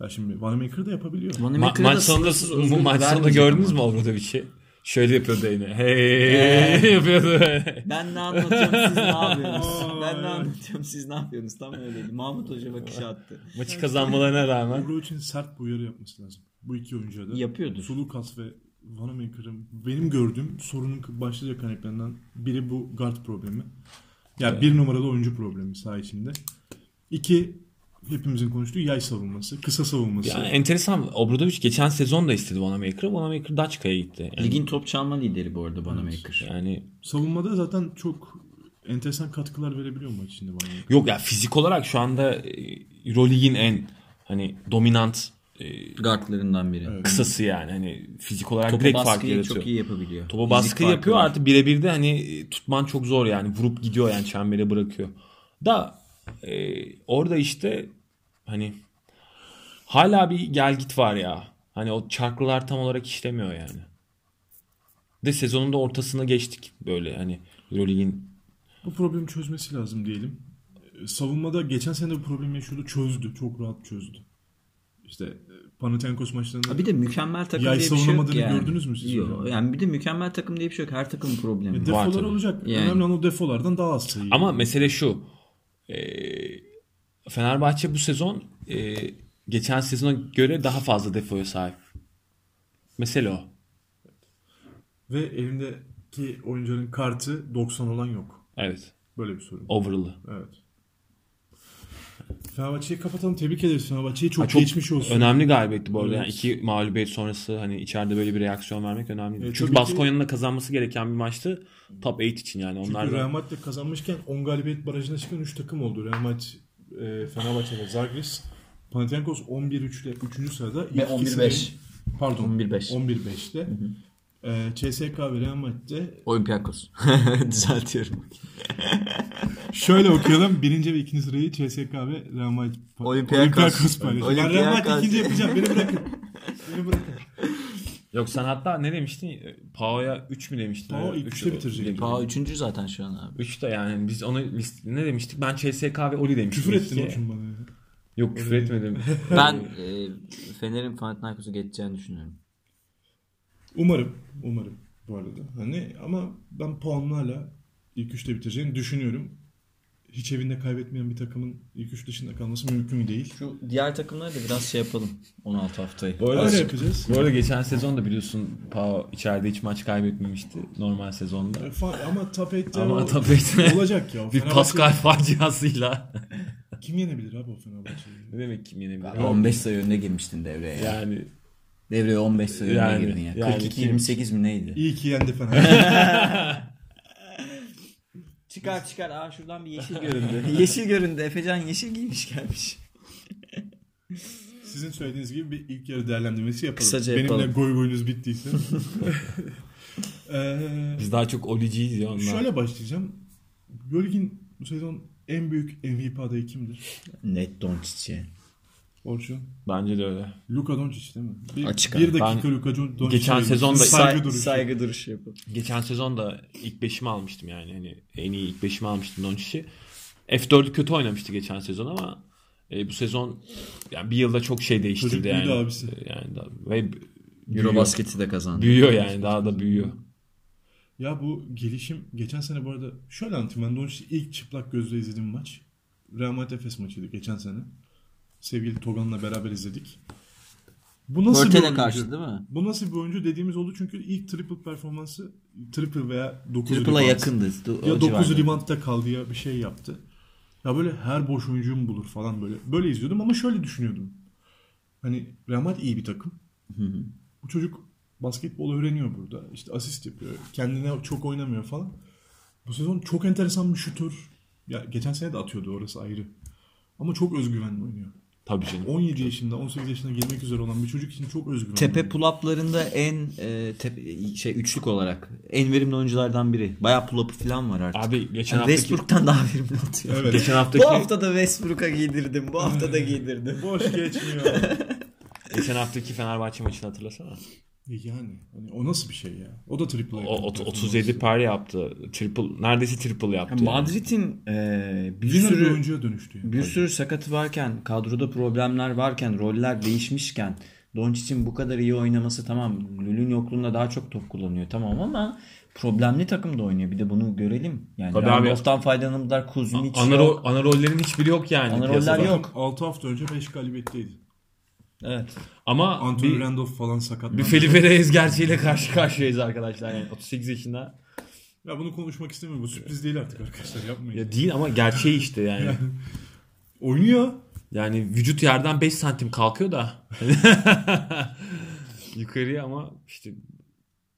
Ya şimdi Vanamaker da yapabiliyor.
Ma-
Vanamaker'a
maç
da
sonunda,
sınırsız
bu
özgürlük
maç sonunda
vermeyecek
gördünüz mü
ama.
Obradovic'i? Şöyle yapıyordu yine. Hey yapıyordu.
Ben ne anlatıyorum siz ne yapıyorsunuz? ben ne anlatıyorum siz ne yapıyorsunuz? Tam öyleydi. Mahmut Hoca bakışı attı.
Maçı kazanmalarına rağmen.
Obradovic'in sert bir uyarı yapması lazım. Bu iki oyuncuya da.
Yapıyordur.
Sulukas ve Vanamaker'ın benim gördüğüm sorunun başlıca kaneplerinden biri bu guard problemi. Ya bir numaralı oyuncu problemi saha içinde. İki, hepimizin konuştuğu yay savunması, kısa savunması.
Yani enteresan. Obradovic geçen sezon da istedi Wanamaker'ı. Wanamaker Daçka'ya gitti. Yani,
Ligin top çalma lideri bu arada Vanamaker.
yani
Savunmada zaten çok enteresan katkılar verebiliyor maç içinde Vanamaker.
yok ya fizik olarak şu anda e, Euroleague'in en hani dominant e,
Guardlarından biri.
kısası yani. Hani fizik olarak
Topa
direkt fark
baskıyı
yaratıyor.
çok iyi yapabiliyor.
Topa
Fizik
baskı
farkı
yapıyor
var.
artık birebir de hani e, tutman çok zor yani vurup gidiyor yani çembere bırakıyor. Da e, orada işte hani hala bir gel git var ya. Hani o çarklılar tam olarak işlemiyor yani. De sezonun da ortasına geçtik böyle hani Euroleague'in
Bu problemi çözmesi lazım diyelim. Ee, savunmada geçen sene bu problemi yaşıyordu. Çözdü. Çok rahat çözdü. İşte e, Panathinaikos maçlarında
Ha bir de mükemmel takım
Yay
diye bir şey yok
savunamadığını
yani.
gördünüz mü siz
Yok,
öyle?
Yani bir de mükemmel takım diye bir şey yok. Her takımın problemi.
E,
Var
var.
defolar
tabii.
olacak.
Yani.
Önemli olan o defolardan daha az sayı.
Ama mesele şu. Eee, Fenerbahçe bu sezon eee, geçen sezona göre daha fazla defoya sahip. Mesele o.
Ve elindeki oyuncuların kartı 90 olan yok.
Evet.
Böyle bir sorun.
Overall'ı.
Evet. Fenerbahçe'yi kapatalım. Tebrik ederiz Fenerbahçe'yi. Çok,
Ha, çok
geçmiş olsun.
Önemli galibiyetti bu arada. Yani
Evet.
iki mağlubiyet sonrası hani içeride böyle bir reaksiyon vermek önemli.
Evet,
Çünkü
tabii ki-
Baskonya'nın da kazanması gereken bir maçtı. Top 8 için yani.
Çünkü
Onlar da-
Real Madrid kazanmışken 10 galibiyet barajına çıkan 3 takım oldu. Real Madrid, e, Fenerbahçe ve Zagris. Panathinaikos 11-3 ile 3. sırada. İlk
Ve 11-5.
ikisinin- Pardon.
11-5.
11-5'te. E, CSK ve Real Madrid'de
Olympiakos. Düzeltiyorum.
Şöyle okuyalım. Birinci ve ikinci sırayı CSK ve Real Madrid.
Olympiakos.
paylaşıyor. Ben
Olympiakos.
Real Madrid ikinci yapacağım. Beni bırakın. Beni bırakın.
Yok sen hatta ne demiştin? E, Pao'ya 3 mü demiştin?
Pao ilk üçte bitirecek.
Pau üçüncü zaten şu an abi.
3 de yani biz onu list- ne demiştik? Ben CSK ve Oli demiştim.
Küfür ettin
İkisi.
hocam bana. ya.
Yok küfür etmedim.
Ben e, Fener'in Panathinaikos'u geçeceğini düşünüyorum.
Umarım. Umarım bu arada. Hani ama ben puanlarla ilk üçte bitireceğini düşünüyorum. Hiç evinde kaybetmeyen bir takımın ilk üç dışında kalması mümkün değil.
Şu diğer takımlara da biraz şey yapalım 16 haftayı.
Bu arada,
Öyle yapacağız.
bu arada geçen sezon da biliyorsun Pao içeride hiç maç kaybetmemişti normal sezonda.
E, fa- Ama top eight'te
Ama
o-
top eight'te
olacak ya. O
Bir
Fenerbahçe-
Pascal faciasıyla.
Kim yenebilir abi o Fenerbahçe'yi?
ne demek kim yenebilir?
15 sayı önüne girmiştin devreye.
Yani
Devreye 15 sayı
Yani, yani
42-28 mi neydi?
İyi ki yendi Fenerbahçe.
Çıkar çıkar. Aa şuradan bir yeşil göründü. yeşil göründü. Efecan yeşil giymiş gelmiş.
Sizin söylediğiniz gibi bir ilk yarı değerlendirmesi yapalım.
Kısaca
Benimle
yapalım.
goy goyunuz bittiyse. Ee,
biz daha çok Olici'yiz ya onlar.
şöyle başlayacağım. Gölgin bu sezon en büyük MVP adayı kimdir?
Net Doncic'e.
Orçun.
Bence de öyle.
Luka Doncic değil mi? Bir,
Açık
bir
ara.
dakika
Ben
Luka Don- Doncic'e
geçen
ayırdım.
sezon da-
saygı duruşu.
saygı duruşu yapalım.
Geçen sezon da ilk beşimi almıştım yani. Hani en iyi ilk beşimi almıştım Doncic'i. F4'ü kötü oynamıştı geçen sezon ama e, bu sezon yani bir yılda çok şey değiştirdi
Çocuk büyüdü
yani. E,
abisi.
Yani da, ve büyüyor.
Eurobasket'i de kazandı.
büyüyor yani daha da büyüyor.
Ya bu gelişim geçen sene bu arada şöyle anlatayım ben Doncic'i ilk çıplak gözle izlediğim maç Real Madrid Efes maçıydı geçen sene. Sevgili Togan'la beraber izledik. Bu nasıl bir
Portel'e
oyuncu?
karşı değil mi?
Bu nasıl bir oyuncu dediğimiz oldu çünkü ilk triple performansı triple veya 9
Triple'a
rebound.
yakındı. Du-
Ya
o
9
civarda.
rebound'da kaldı ya bir şey yaptı. Ya böyle her boş oyuncuyu mu bulur falan böyle. Böyle izliyordum ama şöyle düşünüyordum. Hani Real Madrid iyi bir takım. Bu çocuk basketbol öğreniyor burada. İşte asist yapıyor. Kendine çok oynamıyor falan. Bu sezon çok enteresan bir şutör. Ya geçen sene de atıyordu orası ayrı. Ama çok özgüvenli oynuyor.
Tabii canım.
17 yaşında, 18 yaşına girmek üzere olan bir çocuk için çok özgüvenli.
Tepe
oynuyor.
pull-up'larında en e, tepe- şey üçlük olarak en verimli oyunculardan biri. Bayağı pull-up'ı falan var artık.
Abi geçen
Yani
haftaki
Westbrook'tan daha verimli atıyor.
Evet.
geçen haftaki
Bu hafta da Westbrook'a giydirdim. Bu hafta da giydirdim.
Boş geçmiyor.
geçen haftaki Fenerbahçe maçını hatırlasana.
Yani hani o nasıl bir şey ya? O da triple
O, ot- 37 par yaptı. Triple neredeyse triple yaptı. yani.
Madrid'in e, bir
bir sürü
sürü
oyuncuya dönüştü. Yani.
bir sürü sakatı varken, kadroda problemler varken, roller değişmişken Doncic'in bu kadar iyi oynaması tamam. Lül'ün yokluğunda daha çok top kullanıyor tamam ama problemli takımda oynuyor. Bir de bunu görelim. Yani
Tabii
Tabii
abi.
Randolph'tan faydalanımlar Kuzmic
Ana,
yok.
ro- ana rollerin hiçbiri yok yani.
Ana
piyasada.
roller yok.
6 hafta önce 5 galibiyetteydi.
Evet.
Ama
Anthony
bir,
Randolph falan sakat.
bir Felipe Reyes gerçeğiyle karşı karşıyayız arkadaşlar. Yani 38 yaşında.
Ya bunu konuşmak istemiyorum. Bu sürpriz değil artık arkadaşlar yapmayın.
Ya değil ama gerçeği işte yani.
Oynuyor.
Yani vücut yerden 5 santim kalkıyor da. Yukarıya ama işte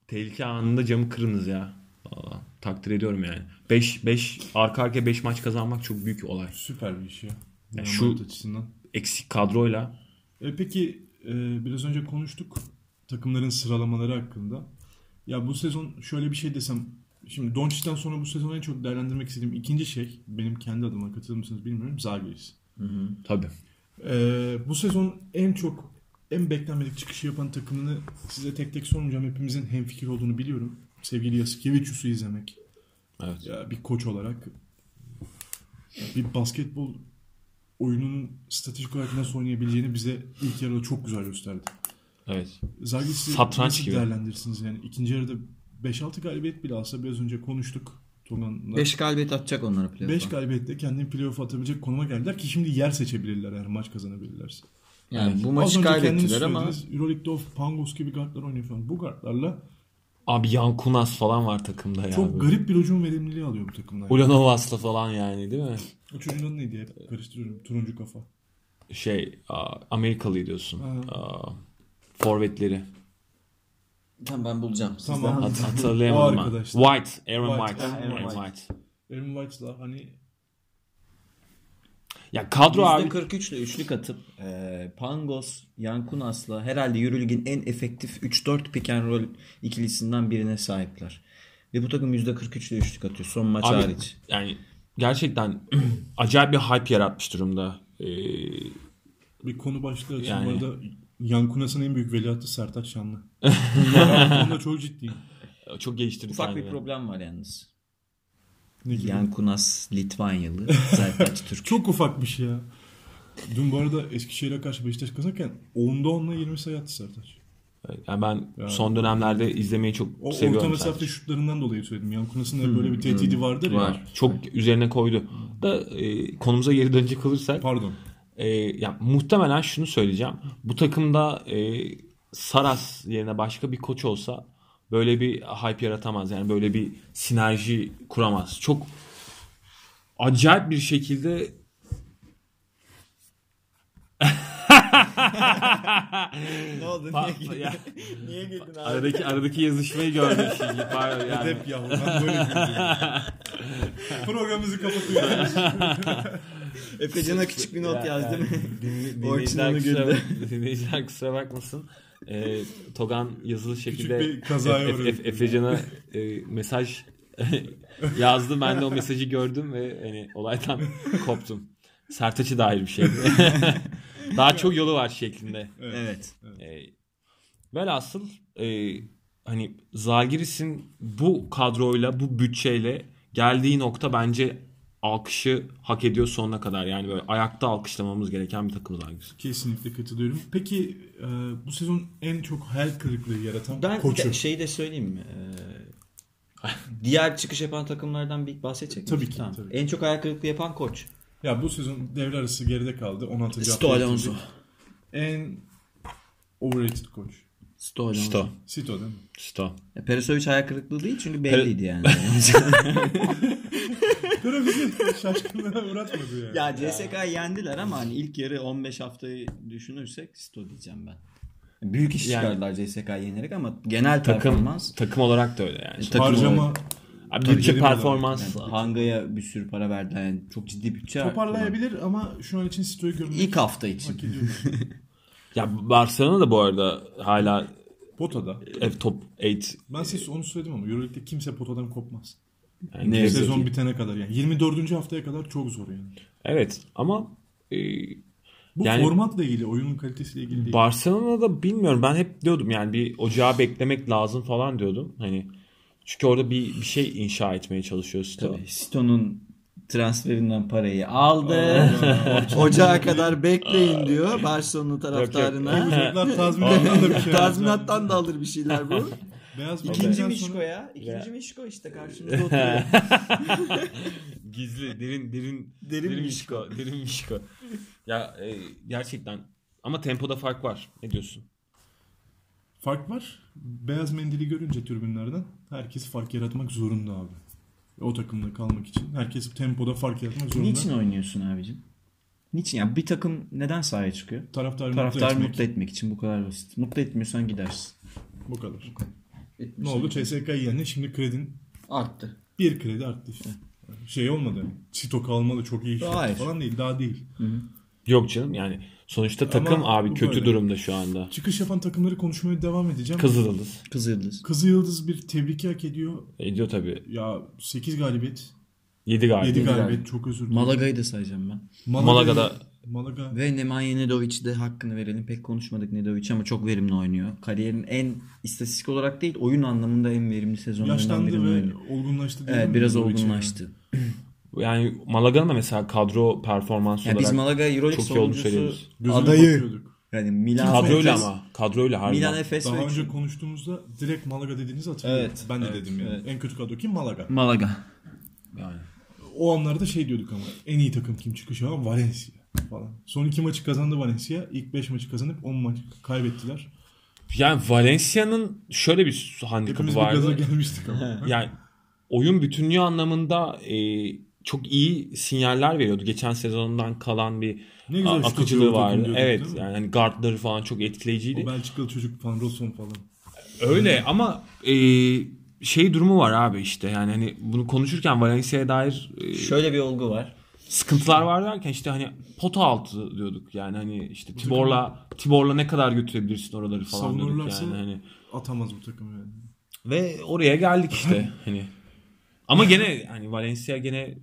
tehlike anında camı kırınız ya. Vallahi takdir ediyorum yani. 5 5 arka arkaya 5 maç kazanmak çok büyük olay.
Süper bir iş ya.
Ya
Yani
şu-
şu... açısından.
Eksik kadroyla
E peki e, biraz önce konuştuk takımların sıralamaları hakkında. Ya bu sezon şöyle bir şey desem. Şimdi Doncic'ten sonra bu sezonu en çok değerlendirmek istediğim ikinci şey. Benim kendi adıma katılır mısınız bilmiyorum. Zagiris.
tabii.
Ee, bu sezon en çok en beklenmedik çıkışı yapan takımını size tek tek sormayacağım. Hepimizin hemfikir olduğunu biliyorum. Sevgili Yasikevicius'u izlemek
Evet.
ya bir koç olarak bir basketbol oyununun stratejik olarak nasıl oynayabileceğini bize ilk yarıda çok güzel gösterdi.
Evet.
Zagis'i
Satranç
nasıl
gibi.
değerlendirirsiniz? Yani ikinci yarıda 5-6 galibiyet bile alsa biraz önce konuştuk Togan'la.
5 galibiyet atacak onlara playoff'a.
5 galibiyetle kendini playoff atabilecek konuma geldiler ki şimdi yer seçebilirler eğer maç kazanabilirlerse.
yani bu
Az
maçı
önce
kaybettiler
kendiniz
ama
söylediniz, Euroleague'de o Pangos gibi guardlar oynuyor falan. Bu guardlarla
Abi Yankunas falan var takımda ya.
çok
böyle.
garip bir hücum verimliliği alıyor bu takımlar.
Ulanovas'la falan yani değil mi?
O çocuğun adı neydi? Hep karıştırıyorum. Turuncu kafa.
Şey aa, Amerikalı diyorsun.
Ha.
Aa, Forvetleri.
tamam ben bulacağım. Siz
Tamam.
devam edin.
Hat-
O
Hatırlayamadım ben.
arkadaşlar.
White. Aaron
White,
White.
Aaron
Aaron
White.
White.
Aaron White'la hani
Ya kadro abi.
%43 ile üçlük atıp e, Pangos, Yankunas'la herhalde Euroleague'in en efektif 3-4 pick and roll ikilisinden birine sahipler. Ve bu takım %43 ile üçlük atıyor son maç
Abi,
hariç.
yani gerçekten acayip bir hype yaratmış durumda. Ee,
bir konu başlığı açın.
Yani.
Bu arada Yankunas'ın en büyük veliahtı Sertaç Şanlı. Yani Onda çok ciddiyim.
çok geliştirdi
Ufak bir
kendini.
problem var yalnız.
Ne gibi?
Yankunas Litvanyalı, Zertaç Türk.
Çok ufakmış ya. Dün bu arada Eskişehir'e karşı Beşiktaş kazanırken 10'da 10'la 20 sayı attı Sertaç.
Yani ben
Yani.
son dönemlerde izlemeyi çok
O
seviyorum.
orta
sadece.
mesafe şutlarından dolayı söyledim. Yankunas'ın da böyle bir tehdidi vardır ya.
Var.
Çok üzerine koydu. Da e, konumuza geri dönecek olursak
Hmm. Pardon.
e, yani muhtemelen şunu söyleyeceğim. Bu takımda e, Saras yerine başka bir koç olsa böyle bir hype yaratamaz. Yani böyle bir sinerji kuramaz. Çok acayip bir şekilde
ne oldu?
Pa- ya,
Niye güldün abi?
aradaki aradaki yazışmayı gördüm şimdi. Pardon yani.
Edep yahu ben böyle gülüyorum. Programımızı kapatıyoruz.
Efecan'a küçük bir not yazdı
Yani
mı?
dinle-
O için
dinleyiciler
onu
kusura-
güldü.
Dinleyiciler kusura bakmasın. Ee, Togan yazılı şekilde
bir kazaya
Efe- Efe-
uğradı.
Efecan'a e, mesaj yazdı. Ben de o mesajı gördüm ve hani olaydan koptum. Sertaç'ı dair bir şey. Daha çok yolu var şeklinde.
Evet.
E, velhasıl e, hani Zagiris'in bu kadroyla, bu bütçeyle geldiği nokta bence alkışı hak ediyor sonuna kadar. Yani böyle ayakta alkışlamamız gereken bir takım Zagiris.
Kesinlikle katılıyorum. Peki e, bu sezon en çok hayal kırıklığı yaratan
Ben
koçu.
de- şeyi de söyleyeyim mi? Ee, diğer çıkış yapan takımlardan bir bahsedecek miyiz?
Tabii ki, tabii.
En çok ayak kırıklığı yapan koç.
Ya bu sezon devre arası geride kaldı. 16.
Sto
haftaya
Alonso.
girdik. En overrated koç.
Sto Alonso.
Sito değil mi?
Sto.
Ya, Peresovic ayak kırıklığı değil çünkü belliydi yani.
Pero bizi şaşkınlığa uğratmadı yani.
ya CSK yendiler ama hani ilk yarı 15 haftayı düşünürsek Sto diyeceğim ben. Büyük iş
Yani-
çıkardılar CSK yenerek ama genel
Takım,
performans
takım olarak da öyle yani.
takım
Harcama
olarak-
Abi bütçe
Tabii,
performans.
yani Hanga'ya bir sürü para verdiler. Yani çok ciddi bütçe.
toparlayabilir ama şu an için Sito'yu görmek
İlk hafta için.
hak ediyoruz.
Ya Barcelona da bu arada hala
Potada.
ev top 8.
Ben size onu söyledim ama Euroleague'de kimse potadan kopmaz.
Yani
Ne yazık
girebilir.
Sezon bitene kadar yani. 24. haftaya kadar çok zor yani.
Evet ama e,
Bu
Yani-
formatla ilgili, oyunun kalitesiyle ilgili değil.
Barcelona'da bilmiyorum ben hep diyordum yani bir ocağa beklemek lazım falan diyordum. Hani çünkü orada bir bir şey inşa etmeye çalışıyor Sto.
Tabii. Sito'nun transferinden parayı aldı.
Ocağa kadar bekleyin diyor Barcelona
Bu
taraftarına.
çocuklar tazminattan da bir şey alacak.
Tazminattan da alır bir şeyler bu.
Beyaz
İkinci
Beyaz'dan
Mişko
sonra
ya. İkinci
Ya.
Mişko işte karşımızda oturuyor.
Gizli, derin derin
Derin
mişko, derin mişko. Ya e, gerçekten ama tempoda fark var. Ne diyorsun?
fark var. Beyaz mendili görünce tribünlerden herkes fark yaratmak zorunda abi. O takımda kalmak için. Herkes tempoda fark yaratmak zorunda.
Niçin oynuyorsun abicim? Niçin? Yani bir takım neden sahaya çıkıyor?
Taraftarı mutlu
Taraftar
etmek.
mutlu etmek için bu kadar basit. Mutlu etmiyorsan gidersin.
Bu kadar. Ne oldu? CSK yendi. Şimdi kredin
Arttı.
bir kredi arttı işte. Şey olmadı. yani, Sito kalmalı çok iyi iş yaptı
Hayır.
falan değil. Daha değil.
Yok canım yani sonuçta takım
Ama
abi
bu
kötü
böyle.
durumda şu anda.
Çıkış yapan takımları konuşmaya devam edeceğim.
Kızılırız.
Kızıldız.
Kızı Yıldız bir tebriki hak ediyor.
Ediyor E, tabii.
Ya 8 galibiyet.
7 galiba.
7 galibiyet.
galibiyet.
Çok özür dilerim.
Malaga'yı da sayacağım ben.
Malaga'yı-
Malaga'da-
Malaga.
Ve Nemanja Nedovic'i de hakkını verelim. Pek konuşmadık Nedovic ama çok verimli oynuyor. Kariyerin en istatistik olarak değil oyun anlamında en verimli sezonlarından birini
Yaşlandı ve
oynuyor.
olgunlaştı. diyelim
Evet
mi
biraz
Nedovic yani?
olgunlaştı.
Yani Malaga'nın da mesela kadro performansı
Ya
olarak
biz Malaga Euroleague
çok iyi olduğunu
sonuncusu
söylüyoruz.
Gözüne
Adayı.
bakıyorduk.
yani Milan
Kadroyla
Efes-
ama. Kadroyla harbiden.
Milan Efes
Daha
ve
önce konuştuğumuzda direkt Malaga dediğinizi hatırlıyorum.
Evet,
ben de
evet,
dedim yani.
evet.
En kötü kadro kim? Malaga.
Malaga.
Yani.
O anlarda şey diyorduk ama en iyi takım kim çıkışı ama Valencia falan. Son iki maçı kazandı Valencia. İlk beş maçı kazanıp 10 maç kaybettiler.
yani Valencia'nın şöyle bir handikapı
Hepimiz bir gaza
vardı.
gelmiştik ama.
Yani oyun bütünlüğü anlamında e, çok iyi sinyaller veriyordu. Geçen sezondan kalan bir
Ne güzel
a-
şut
akıcılığı
atıyor o takım
vardı.
diyorduk,
Evet
değil mi?
yani hani guardları falan çok etkileyiciydi.
o Belçikalı çocuk Van Rossum falan.
Öyle ama e, şey durumu var abi işte yani hani bunu konuşurken Valencia'ya dair e,
şöyle bir olgu var.
sıkıntılar var derken işte hani pota altı diyorduk yani hani işte Tibor'la Tibor'la ne kadar götürebilirsin oraları falan diyorduk
Savunurlarsa
yani hani
atamaz bu takım yani.
ve oraya geldik işte hani ama gene hani Valencia gene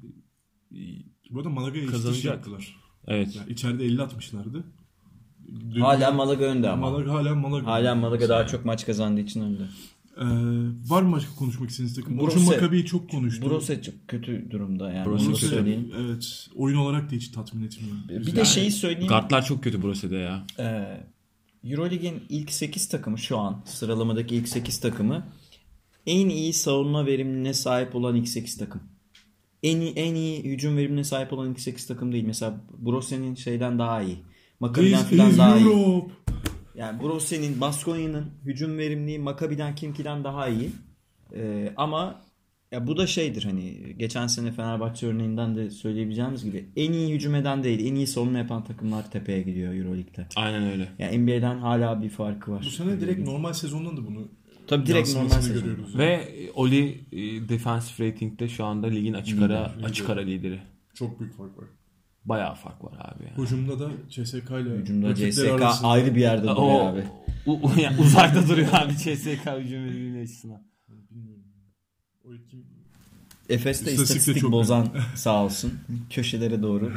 Bu arada Malaga'ya iş
Kazanacak.
yaptılar.
evet
Yani içeride 50 atmışlardı. Dün-
Hala Malaga önde ama.
Malaga hala Malaga.
Hala Malaga daha çok maç kazandığı için önde.
Ee, var mı başka konuşmak istediğiniz takım?
Borussia-
Borussia Makabi'yi çok konuştum.
Brose çok kötü durumda yani.
Brose
Onu
Borussia-
söyleyeyim.
Evet. Oyun olarak da hiç tatmin etmiyor.
Bir de şeyi söyleyeyim.
Guardlar çok kötü Brose'de ya.
Ee, Eurolig'in ilk 8 takımı şu an sıralamadaki ilk 8 takımı en iyi savunma verimine sahip olan ilk 8 takım. En iyi, en iyi hücum verimine sahip olan ilk 8 takım değil. Mesela Brose'nin şeyden daha iyi. Makabi'den
This
falan
is
daha iyi.
Europe.
Yani Brose'nin, Baskonya'nın hücum verimliği Makabi'den kimkiden daha iyi. Ee, ama ya bu da şeydir hani geçen sene Fenerbahçe örneğinden de söyleyebileceğimiz gibi en iyi hücum eden değil en iyi savunma yapan takımlar tepeye gidiyor Euroleague'de.
Aynen öyle.
Yani NBA'den hala bir farkı var.
Bu sene direkt normal sezondan da bunu
Tabii direkt normal
yansımasını
sezon.
görüyoruz.
Ve e, Oli e, defensive rating'de şu anda ligin açık ara açık ara lideri.
Çok büyük fark var.
Bayağı fark var abi yani.
Hücumda da CSK ile
Hücumda
rakipler
CSK
arasında-
ayrı bir yerde duruyor
O,
abi.
u- u- yani uzakta duruyor abi CSK hücum verimliliği açısından.
Bilmiyorum. O kim?
Efes'te
İstatistik de
istatistik
çok
bozan sağ olsun. Köşelere doğru.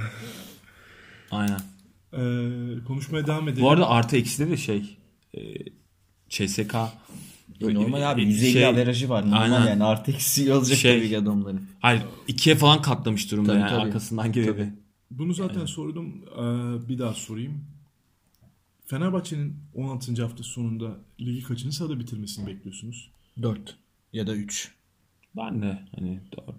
Aynen.
Ee, konuşmaya devam edelim.
Bu arada artı eksileri de şey e, CSK
E, normal abi
e,
150
şey-
averajı var. Normal
Aynen.
yani artı eksiği olacak
Şey-
tabii ki adamların.
Hayır ikiye falan katlamış durumda
Tabii,
yani
tabii.
arkasından girdi.
Bunu zaten sordum. Ee, bir daha sorayım. Fenerbahçe'nin 16. hafta sonunda ligi kaçıncı sırada bitirmesini bekliyorsunuz?
4 ya da 3.
Ben de hani 4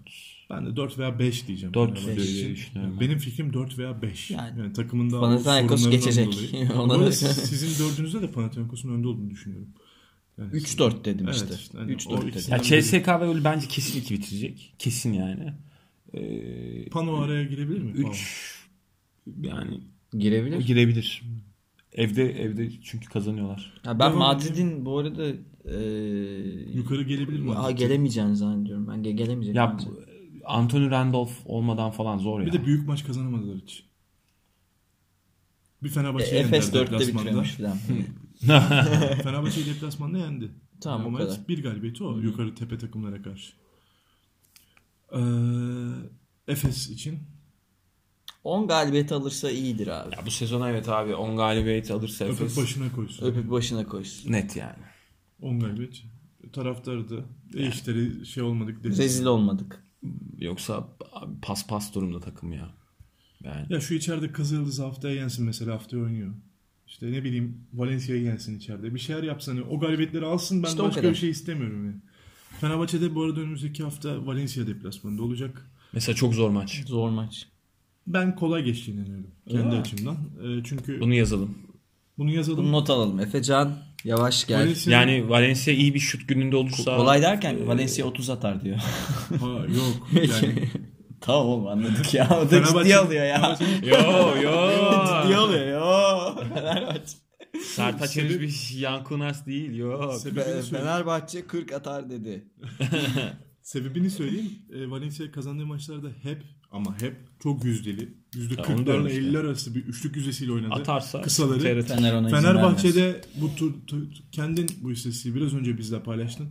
Ben de 4 veya 5 diyeceğim.
Dört
Fenerbahçe
diye
için.
düşünüyorum.
Benim fikrim 4 veya 5. Yani,
Yani
takımın daha
Panathinaikos
sorunlarından
geçecek.
dolayı.
Ona
Bu arada
da-
sizin dördünüzde de Panathinaikos'un önde olduğunu düşünüyorum. Yani
3-4 dedim
Evet,
işte.
işte hani o
3-4 dedim.
ikisi-
Ya CSK ve Oli bence kesin iki bitirecek. Kesin yani.
Pano araya girebilir mi? Pano.
3 yani
Girebilir.
girebilir. Evde evde çünkü kazanıyorlar.
Ya ben
Devam
Madrid'in bu arada e,
Yukarı gelebilir mi?
ha, gelemeyeceğini zannediyorum. Ben ge- gelemeyecek.
Ya
bence.
bu- Anthony Randolph olmadan falan zor
Bir
ya.
de büyük maç kazanamadılar hiç. Bir
E,
Fenerbahçe yendiler
Efes 4'te
deplasmanda.
bitiriyormuş falan.
Fenerbahçe'yi deplasmanda yendi.
Tamam,
Ama
o kadar.
bir galibiyeti o yukarı tepe takımlara karşı. Ee, Efes için
10 galibiyet alırsa iyidir abi.
Ya bu sezon evet abi 10 galibiyet alırsa
öpüp
Efes
başına koysun.
Öpüp başına koysun.
net yani.
10 galibiyet. Taraftarı da e işleri şey olmadık dedi.
Rezil olmadık.
Yoksa abi pas pas durumda takım ya. Yani
Ya şu içeride Kızıldız haftaya yensin mesela haftaya oynuyor. İşte ne bileyim Valencia'yı yensin içeride. Bir şeyler yapsın. hani O galibiyetleri alsın ben
İşte o
başka
kadar.
bir şey istemiyorum yani. Fenerbahçe'de bu arada önümüzdeki hafta Valencia deplasmanında olacak.
mesela çok zor maç.
Zor maç.
Ben kolay geçtiğini inanıyorum kendi açımdan. Ee, çünkü
Bunu yazalım.
bunu yazalım.
Bunu not alalım. Efecan yavaş gel.
Valencia-
Yani Valencia iyi bir şut gününde olursa
Kolay derken Valencia 30 atar diyor.
Ha, yok Ee, yani
tamam oğlum anladık ya. O da
Fenerbahçe-
ciddiye alıyor ya.
Yo yo.
ciddiye alıyor ya. Fenerbahçe.
Sertaç henüz bir Yankunas değil yo.
sebebini, söyleyeyim.
Fenerbahçe 40 atar dedi.
sebebini söyleyeyim. Ee, Valencia kazandığı maçlarda hep ama hep çok yüzdeli. Yüzde
Ya onu diyorum
40'larla
işte.
50 arası bir üçlük yüzdesiyle oynadı.
Atarsa
Kısaları.
TRT.
Fener ona izin vermez.
Fenerbahçe'de bu tur, tu- tu- kendin bu istatistiği biraz önce bizle paylaştın.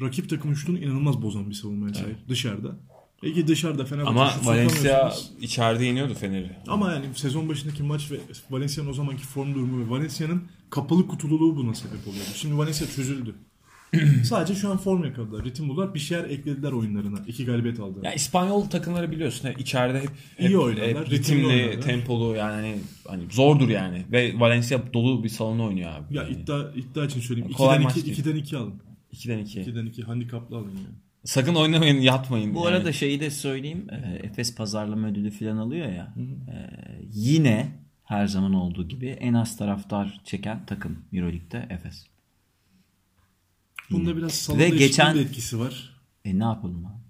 Rakip takım üçlüğünü inanılmaz bozan bir savunmaya sahip dışarıda. Peki dışarıda Fenerbahçe
Ama
şut
Valencia
sokamıyorsunuz.
içeride yeniyordu Fener'i.
ama yani sezon başındaki maç ve Valencia'nın o zamanki form durumu ve Valencia'nın kapalı kutululuğu buna sebep oluyordu. Şimdi Valencia çözüldü. Sadece şu an form yakaladılar. Ritim buldular. Bir şeyler eklediler oyunlarına. İki galibiyet aldılar.
Ya İspanyol takımları biliyorsun hep içeride hep,
İyi
hep-
oynadılar,
hep
ritimli
ritimli,
oynadılar.
tempolu yani hani- hani zordur yani. Ve Valencia dolu bir salon oynuyor abi.
Ya
yani.
iddia iddia için söyleyeyim.
Kolay
2'den
maç
2
değil.
2'den 2 alın.
2'den 2.
2'den 2 handikaplı alın yani.
Sakın oynamayın, yatmayın.
Bu
yani.
arada şeyi de söyleyeyim. e, Efes pazarlama ödülü falan alıyor ya. e, Yine her zaman olduğu gibi en az taraftar çeken takım Euroleague'de Efes.
Bunda biraz salonda
Ve
Ve
geçen-
de etkisi var.
E ne yapalım abi?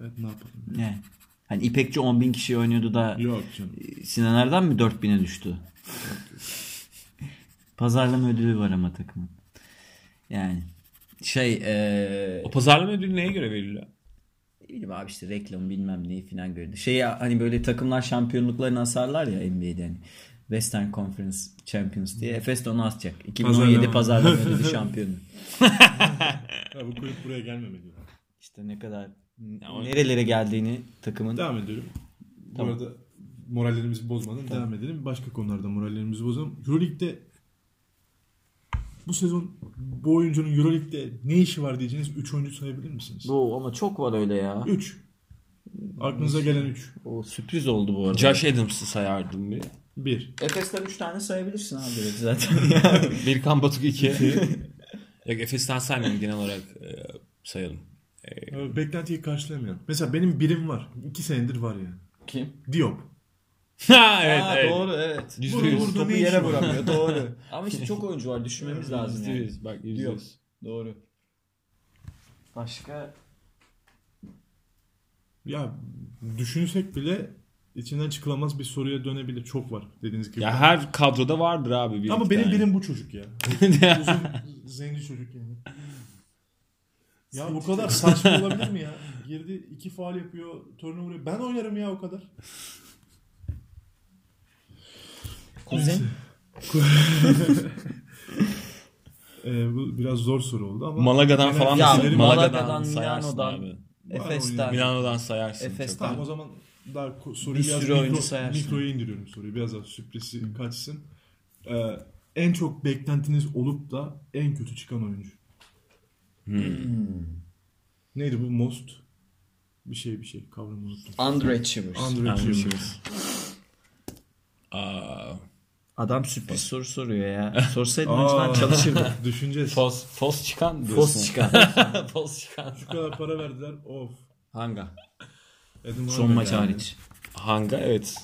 Evet ne yapalım.
Ne? Hani İpekçi 10 bin kişi oynuyordu da
Yok canım.
Sinan Erdem mi 4000'e düştü? Pazarlama ödülü var ama takımın. Yani şey eee
o pazarlama ödülü neye göre veriliyor?
ne bileyim abi işte reklam bilmem neyi falan gördü. Şey hani böyle takımlar şampiyonluklarını asarlar ya NBA'de hani. Western Conference Champions diye. Efes de onu asacak. 2017
Pazarlama.
pazarlama ödülü şampiyonu.
Ya bu kulüp buraya gelmemeli.
İşte ne kadar nerelere geldiğini takımın.
Devam edelim.
Tamam.
Bu arada morallerimizi bozmadan devam edelim. Başka konularda morallerimizi bozalım. Euroleague'de bu sezon bu oyuncunun Euroleague'de ne işi var diyeceğiniz 3 oyuncu sayabilir misiniz?
Bu ama çok var öyle ya.
3. Aklınıza gelen 3.
O sürpriz oldu bu arada.
Josh Adams'ı sayardım bir.
1.
Efes'ten 3 tane sayabilirsin abi direkt zaten.
Birkan Batuk 2. Yok Efes'ten saymayalım genel olarak e, sayalım.
Ee, Beklentiyi karşılamıyor. Mesela benim birim var. 2 senedir var yani.
Kim?
Diop.
ha evet,
Ha,
evet.
Doğru evet.
Yüzde
Vurun,
yüz.
vurun. Topu yere vuramıyor,
doğru. Ama işte çok oyuncu var düşünmemiz lazım
Yüzde
yani.
yüz, Bak yüzde
Yok.
yüz.
Doğru. Başka
Ya düşünsek bile içinden çıkılamaz bir soruya dönebilir. Çok var dediğiniz gibi.
Ya her kadroda vardır abi. Bir
Ama
iki
benim
tane.
birim bu çocuk ya. Uzun, zenci çocuk yani. Ya bu kadar saçma olabilir mi ya? Girdi iki faal yapıyor, turnover'ı. Ben oynarım ya o kadar.
kuzen.
Ee, bu biraz zor soru oldu ama.
Malaga'dan
Genel-
falan
Ya,
mısın? Malaga'dan
Malaga'dan,
sayarsın
Milano'dan.
abi.
Efes'ten.
Milano'dan sayarsın.
Efes-
çok.
Tamam o zaman daha ko- soruyu
Bir
biraz
sürü
mikro,
oyuncu sayarsın.
mikroya indiriyorum soruyu. Biraz daha sürprizi kaçsın. Ee, en çok beklentiniz olup da en kötü çıkan oyuncu. Neydi bu? Most bir şey bir şey kavramı unuttum.
Andre Chivers.
Andre
Aynen.
Chilwell.
Aa,
Adam sürpriz soru soruyor ya. Sorsaydın
Aa,
lütfen çalışırdım.
Düşüneceğiz.
Fos, fos çıkan diyorsun.
Fos çıkan.
fos çıkan.
Şu kadar para verdiler. Of.
Hanga.
Adam
Son
Arnold
maç
yani.
hariç.
Hanga evet.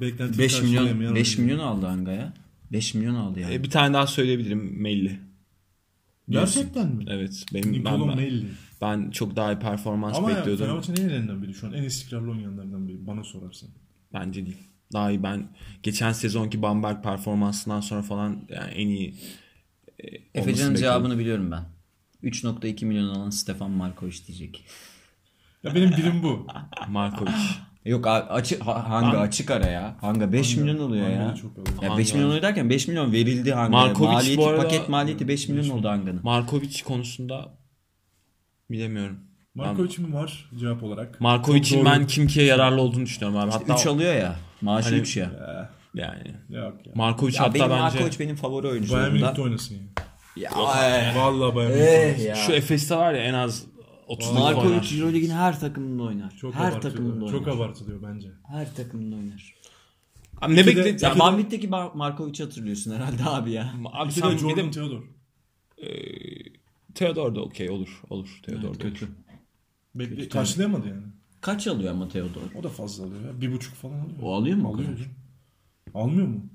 Beklenti
5 milyon
karşılayamayan
5
oyuncu.
milyon aldı Hanga ya. 5 milyon aldı yani.
E, bir tane daha söyleyebilirim. Melli.
Gerçekten mi?
Evet. Benim, ben,
Nicolò
ben,
Melli.
ben çok daha iyi performans
Ama ya
bekliyordum.
Fenerbahçe'nin en ilerinden biri şu an. En istikrarlı oynayanlardan biri bana sorarsan.
Bence değil. Daha iyi ben geçen sezonki Bamberg performansından sonra falan yani en iyi e,
Efecan'ın
olmasını
cevabını biliyorum ben. 3.2 milyon alan Stefan Markovic diyecek.
Ya benim birim bu.
bekliyorum. Markovic.
Yok abi açık ha- hanga açık ara ya. Hanga 5 milyon oluyor
Hanga'da
ya.
çok alıyor.
Ya
Hanga.
5 milyon oluyor derken 5 milyon verildi Hanga'ya.
Markovic bu
maliyeti,
arada-
paket maliyeti 5 milyon oldu Hanga'nın.
Markovic konusunda bilemiyorum.
Markovic'im var cevap olarak.
Markovic'in
Çok doğru.
ben kim kiye yararlı olduğunu düşünüyorum abi. Hatta
3 alıyor ya. Maaşı
Hani-
3 ya.
yani
Yok ya.
Markovic
Ya
hatta
benim
bence
Markovic benim favori
Bayern
oyuncularımdan.
Münih'te oynasın ya.
Ya, ay.
Vallahi
Ee,
Bayern Münih'te
Eh
oynasın.
ya.
şu Efes'te var ya en az 30 oynar.
Markovic Euroleague'in her takımında oynar.
Çok
her takımında
abartılıyor. Çok
oynar.
abartılıyor bence.
her takımında oynar.
Abi ne
Bir de-
bekledin?
Ya
Ya Banvit'teki Mar- Markovic'i hatırlıyorsun herhalde abi ya.
Abi
Bir de
sen bir
Jordan
de
Theodore.
Theodore da okey olur. Olur Theodore da olur.
Kötü.
Bekle, karşılayamadı yani.
Kaç alıyor ama Theodor?
O da fazla alıyor ya. Bir buçuk falan alıyor.
O alıyor mu o
Alıyor
kadar?
canım. Almıyor mu?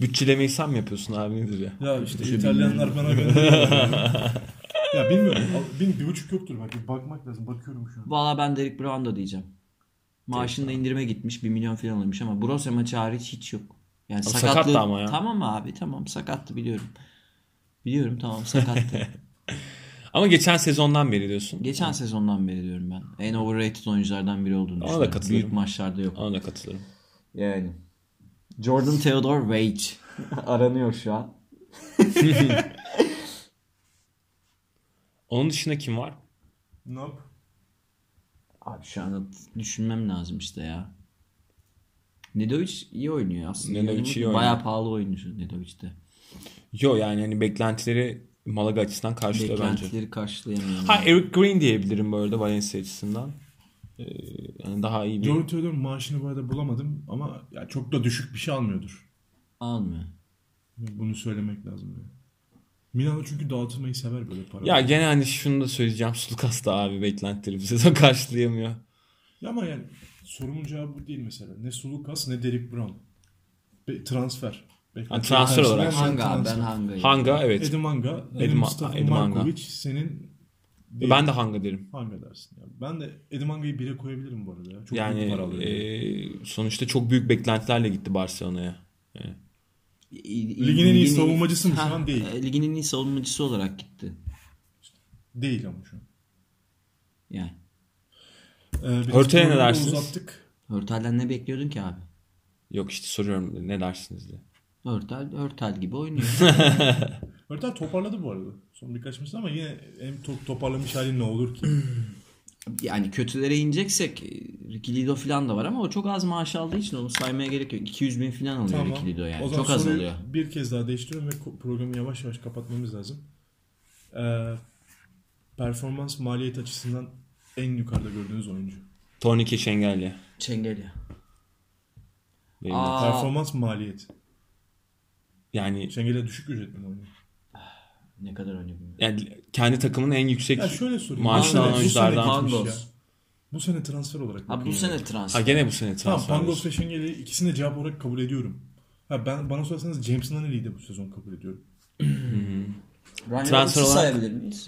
Bütçelemeyi sen mi yapıyorsun abi nedir ya?
Ya işte İtalyanlar bana gönderiyor. ya bilmiyorum. Al- Benim bir buçuk yoktur belki. Bakmak lazım. Bakıyorum şu an.
Valla ben Derek Brown da diyeceğim. Maaşında indirime gitmiş 1 milyon falan almış ama Brose maçı hariç hiç yok. Yani
sakat da
sakatlığı...
ama ya.
Tamam abi tamam sakattı biliyorum. Biliyorum tamam sakattı.
Ama geçen sezondan beri diyorsun.
Geçen sezondan beri diyorum ben. En overrated oyunculardan biri olduğunu
da
düşünüyorum.
katılıyorum.
Büyük maçlarda yok.
Ona da katılırım.
Yani. Jordan Theodore Wade. Aranıyor şu an.
Onun dışında kim var?
Ne yap?
Abi şu anda düşünmem lazım işte ya. Nedovic iyi oynuyor aslında.
Nedovic iyi oynuyor.
Bayağı pahalı oyuncu Nedovic de.
Yo yani hani beklentileri Malaga açısından
Şey,
karşılıyor bence.
Beklentileri karşılayamıyor.
Ha Eric Green diyebilirim bu arada Valencia açısından. Ee, yani daha iyi bir...
Johnny Theodore'un maaşını bu arada bulamadım ama ya çok da düşük bir şey almıyordur.
Almıyor.
Bunu söylemek lazım. Yani. Milano çünkü dağıtmayı sever böyle para.
Ya gene hani şunu da söyleyeceğim. Sulukas da abi beklentilerimizi de karşılayamıyor.
Ya ama yani sorumun cevabı bu değil mesela. Ne Sulukas ne Derek Brown. Be- transfer. Beklentiler
transfer
karşısında
olarak.
hemen
Hanga
transfer.
ben Hanga'yı.
Hanga evet.
Edim Hanga.
Edim
Edim,
Ha-
Mustafa
Edim Hanga.
Markovic senin
Ben de Hanga derim.
Hanga dersin. Ya. Ben de Edim Hanga'yı bire koyabilirim bu arada. Ya. Çok büyük
yani
para alıyor.
e, sonuçta çok büyük beklentilerle gitti Barcelona'ya. Yani.
Ligin en iyi savunmacısı mı? Şu an değil.
e, Ligin en iyi savunmacısı olarak gitti.
Değil ama şu an.
Yani.
Ee, biraz
Hörtel'e ne
programı
dersiniz?
Uzattık.
Hörtel'den ne bekliyordun ki abi?
Yok işte soruyorum ne dersiniz diye.
Hörtel, Hörtel gibi oynuyor.
Hörtel toparladı bu arada. Son birkaç maçta ama yine en to- toparlamış hali ne olur ki?
yani kötülere ineceksek e, Ricky Lido falan da var ama o çok az maaş aldığı için onu saymaya gerek yok. 200 bin falan alıyor Ricky Lido yani.
O zaman
Çok az
soruyu
alıyor.
bir kez daha değiştiriyorum ve ko- programı yavaş yavaş kapatmamız lazım. Ee, performans maliyet açısından en yukarıda gördüğünüz oyuncu.
Tornike Şengel'le.
Çengelya.
Benim de.
Aa.
Performans maliyet.
Yani,
Şengel'e düşük ücretli mi oynuyor?
Ne kadar önemli. bilmiyorum.
yani kendi takımının en yüksek
Ya şöyle sorayım.
Maaşlı
Bu sene- bu sene
oyunculardan.
gitmiş ya.
Pangos.
Bu sene transfer olarak.
Abi bu
bakıyorum.
sene transfer.
Ha gene bu sene
Tamam
transfer.
Pangos ve Şengel'i ikisini de cevap olarak kabul ediyorum. Ha, ben bana sorarsanız James Nunnally'i de bu sezon kabul ediyorum.
Ryan
Transfer
Reynolds'ı
olarak-
sayabilir miyiz?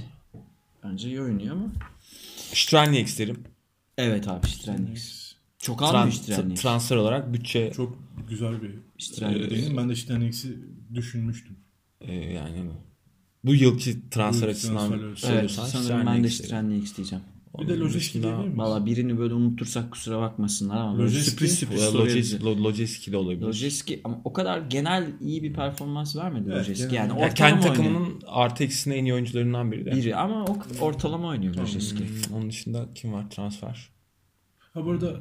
Bence iyi oynuyor ama.
Strelnik isterim.
Evet abi Strandix. Çok
Tran-
almış
tra-
Strandix.
transfer olarak bütçe
Çok güzel bir
Strelnik.
değinim. Ben de Strelnik'i düşünmüştüm.
e, yani bu yılki transfer
Bu yılki
açısından
transferler-
evet
söylüyorsan
sanırım ben de
Strelnik isterim.
Strandix diyeceğim.
Bir de
Onun
Lojeski
dışında-
diyebilir miyiz?
Valla birini böyle unutursak kusura bakmasınlar ama böyle
Lojeski-
sürpriz sürpriz
Lo-
soruyor
Lojes-
bizi.
Lo- Lojeski de olabilir.
Lojeski ama o kadar genel iyi bir performans vermedi
Evet,
Lojeski.
genel-
Yani ortalama
Ya kendi
takımının
takımının artı eksisinde en iyi oyuncularından biri de.
biri ama o ortalama oynuyor Lojeski.
Hmm, Onun dışında kim var transfer?
Ha bu arada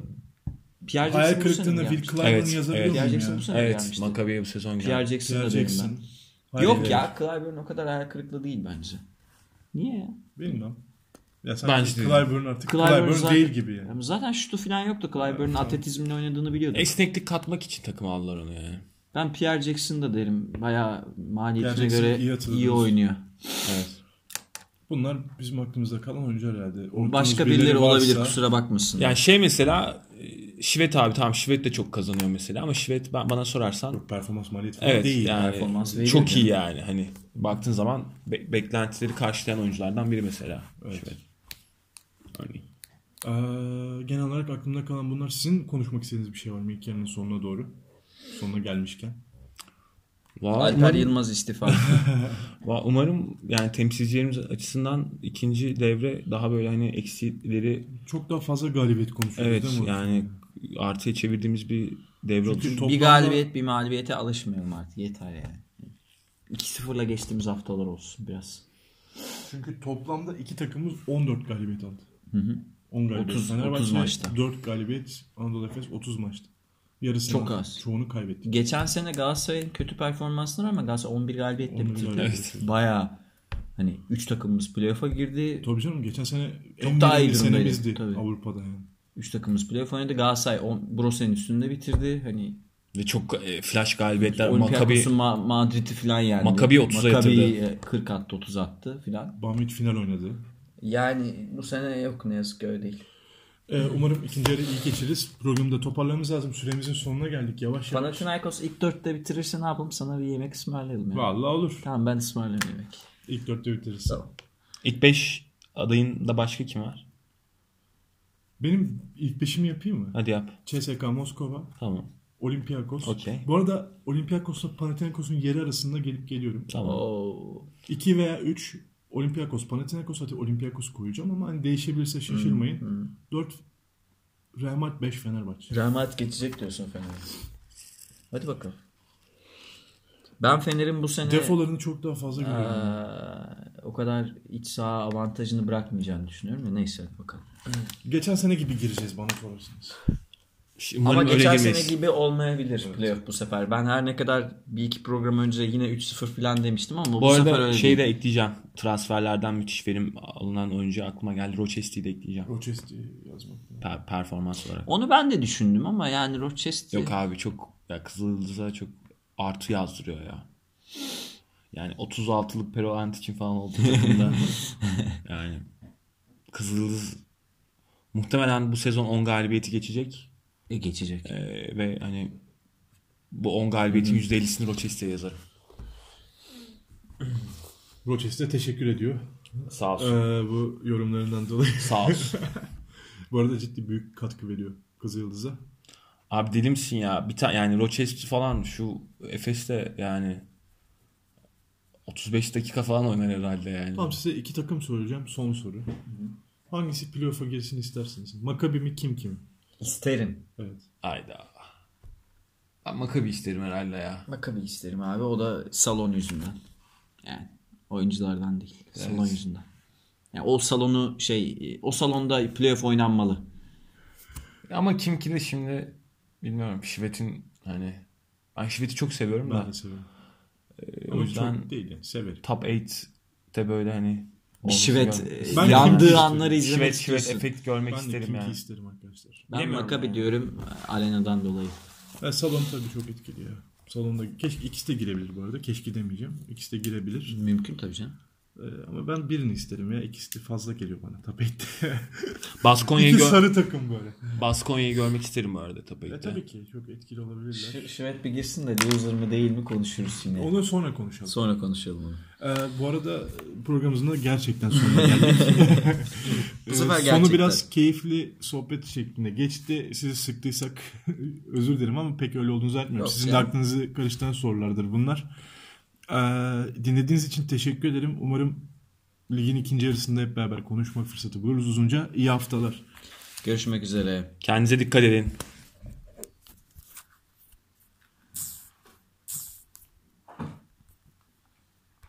Pierre
hayal
Jackson bu sene mi
kırıklığına Will
gelmişti?
Clyburn
Evet,
yazabiliyor
evet.
muyum
Pierre
ya?
Jackson bu sene mi
Evet,
gelmişti?
Maccabi'ye bu sezon geldi.
Pierre Jackson da
Pierre
derim
Jackson.
ben.
Hayır,
Yok
hayır.
ya Clyburn o kadar hayal kırıklığı değil bence. Niye ya?
Bilmem. Ya
Bence
sanki
de
Clyburn artık
Clyburn
Clyburn,
zaten-
değil gibi yani.
Ama zaten şutu falan yoktu. Clyburn'un atletizmle oynadığını biliyordum.
Esneklik katmak için takım aldılar onu yani.
ben Pierre Jackson da derim. Bayağı maliyetine
Pierre Jackson
göre
iyi
iyi,
hatırladınız.
oynuyor.
Evet.
Bunlar bizim aklımızda kalan oyuncular herhalde. Unuttuğumuz
Başka birileri
varsa-
olabilir kusura bakmasın.
Yani şey mesela e, Şivet abi tamam Şivet de çok kazanıyor mesela ama Şivet ben, bana sorarsan
Performans maliyeti falan
evet
değil.
yani
performans veriyor
çok iyi yani hani baktığın zaman be- beklentileri karşılayan oyunculardan biri mesela
Evet.
Şivet. Örneğin.
Ee, genel olarak aklımda kalan bunlar. Sizin konuşmak istediğiniz bir şey var mı ilk yarının sonuna doğru? Sonuna gelmişken.
Vay,
Alper
umarım-
Yılmaz istifa.
Va- Umarım yani temsilcilerimiz açısından ikinci devre daha böyle hani eksileri
Çok daha fazla galibiyet konuşuyoruz
evet
değil mi?
yani artıya çevirdiğimiz bir devre olur.
toplamda-
bir galibiyet bir mağlubiyete alışmayalım artık. Yeter yani. 2-0'la geçtiğimiz haftalar olsun biraz.
Çünkü toplamda iki takımımız 14 galibiyet aldı.
Hı hı.
10 galibiyet.
30
Fenerbahçe
30 maçta.
4 galibiyet. Anadolu Efes 30 maçta. Yarısını
Çok
aldı.
az.
Çoğunu kaybettik.
Geçen sene Galatasaray'ın kötü performansları ama Galatasaray 11 galibiyetle
11
bitirdi.
galibiyetle
Evet. Baya hani 3 takımımız playoff'a girdi.
Tabii canım geçen sene en
Çok daha iyi
verimli
durumdaydı.
senemizdi
Tabii.
Avrupa'da yani.
3 takımımız playoff oynadı. Galatasaray on, Brose'nin üstünde bitirdi. Hani
Ve çok e, flash galibiyetler Maccabi
Olympiakos'un Ma- Madrid'i falan yendi.
Maccabi'yi 30'a
Maccabi'yi, e, 40 attı 30 attı falan.
Bamit final oynadı.
Yani bu sene yok ne yazık ki öyle değil.
Ee, umarım ikinci yarı iyi geçiriz. Programı da toparlamamız lazım. Süremizin sonuna geldik yavaş yavaş.
Panathinaikos ilk 4'te bitirirse ne yapalım sana bir yemek ısmarlayalım ya.
Vallahi olur.
Tamam ben ısmarlarım yemek.
İlk dörtte bitiririz.
ilk 5 adayında başka kim var?
Benim ilk beşimi yapayım mı?
Hadi yap.
CSK Moskova,
Tamam.
Olympiakos.
Okey.
Bu arada Olympiakos'la Panathinaikos'un yeri arasında gelip geliyorum.
Tamam.
Oo.
2 veya 3 Olympiakos, Panathinaikos hatta Olympiakos koyacağım ama hani değişebilirse
Hmm,
şaşırmayın. 4 Real Madrid 5 Fenerbahçe.
Rahmet geçecek diyorsun Fener'e. Hadi bakalım. Ben Fener'in bu sene
Defolarını çok daha fazla
eee,
görüyorum.
o kadar iç saha avantajını bırakmayacağını düşünüyorum. da Neyse hadi bakalım.
Geçen sene gibi gireceğiz bana sorarsanız.
Şi- Umarım
Ama
öyle
geçen
girmeyiz.
sene gibi olmayabilir playoff bu sefer. Ben her ne kadar bir iki program önce yine 3-0 falan demiştim ama bu,
Bu
sefer
arada
öyle
şeyi de
değil.
ekleyeceğim. Transferlerden müthiş verim alınan oyuncu aklıma geldi. Rochester'i de ekleyeceğim.
Rochester'i yazmak.
Per- performans olarak.
Onu ben de düşündüm ama yani Rochester
Yok abi çok ya Kızıl Yıldız'a çok artı yazdırıyor ya. Yani 36'lık Perolant için falan olduğu takımda yani Kızıl Yıldız muhtemelen bu sezon 10 galibiyeti geçecek
E, geçecek.
Ee, ve hani bu 10 galibiyetin %50'sini Rochester'e yazarım.
Rochester'e teşekkür ediyor.
Sağ olsun.
Ee, bu yorumlarından dolayı.
Sağ olsun.
Bu arada ciddi büyük katkı veriyor Kızıl Yıldız'a.
Abi dilimsin ya. Bir tane yani Rochester falan şu Efes'te yani 35 dakika falan oynar herhalde yani.
Tamam size iki takım soracağım. Son soru. Hangisi playoff'a girsin istersiniz? Maccabi mi kim kim?
İsterim.
Evet.
Hayda. Ben Makabi isterim herhalde ya.
Makabi isterim abi. O da salon yüzünden. Yani oyunculardan değil. Salon
Evet.
yüzünden. Yani o salonu şey o salonda playoff oynanmalı.
Ama Kimki de şimdi bilmiyorum Şivet'in hani ben Şivet'i çok seviyorum
Ben
da
de severim.
e, o
Ama
yüzden
çok değil yani. Severim.
top 8'te böyle hani
Bir
olması
şivet
gör-
e,
Ben-
yandığı
Ben-
anları izlemek
şivet,
istiyorsun.
şivet efekt görmek
Ben de
isterim
Kimki
yani.
isterim arkadaşlar.
Ben
Bilemiyorum
Makabi
yani.
diyorum Alena'dan dolayı.
Ben salon tabii çok etkili ya. Salonda keşke ikisi de girebilir bu arada. Keşke demeyeceğim. İkisi de girebilir.
Mümkün tabii canım.
Ee, ama ben birini isterim ya. İkisi de fazla geliyor bana. Tapette.
Baskonya'yı
İki
gör-
sarı takım böyle.
Baskonya'yı görmek isterim bu arada top 8'te.
E tabii ki çok etkili
Şey-
olabilirler.
Şivet bir girsin de loser mı değil mi konuşuruz yine.
Onu sonra konuşalım.
Sonra konuşalım onu.
Ee, bu arada programımızın da gerçekten sonuna geldik.
Bu sefer
Ee,
gerçekten.
Sonu biraz keyifli sohbet şeklinde geçti. Sizi sıktıysak özür dilerim ama pek öyle olduğunu zannetmiyorum.
Yok
Sizin de
canım.
aklınızı karıştıran sorulardır bunlar. Ee, dinlediğiniz için teşekkür ederim. Umarım ligin ikinci yarısında hep beraber konuşma fırsatı buluruz uzunca. İyi haftalar.
Görüşmek üzere.
Kendinize dikkat edin.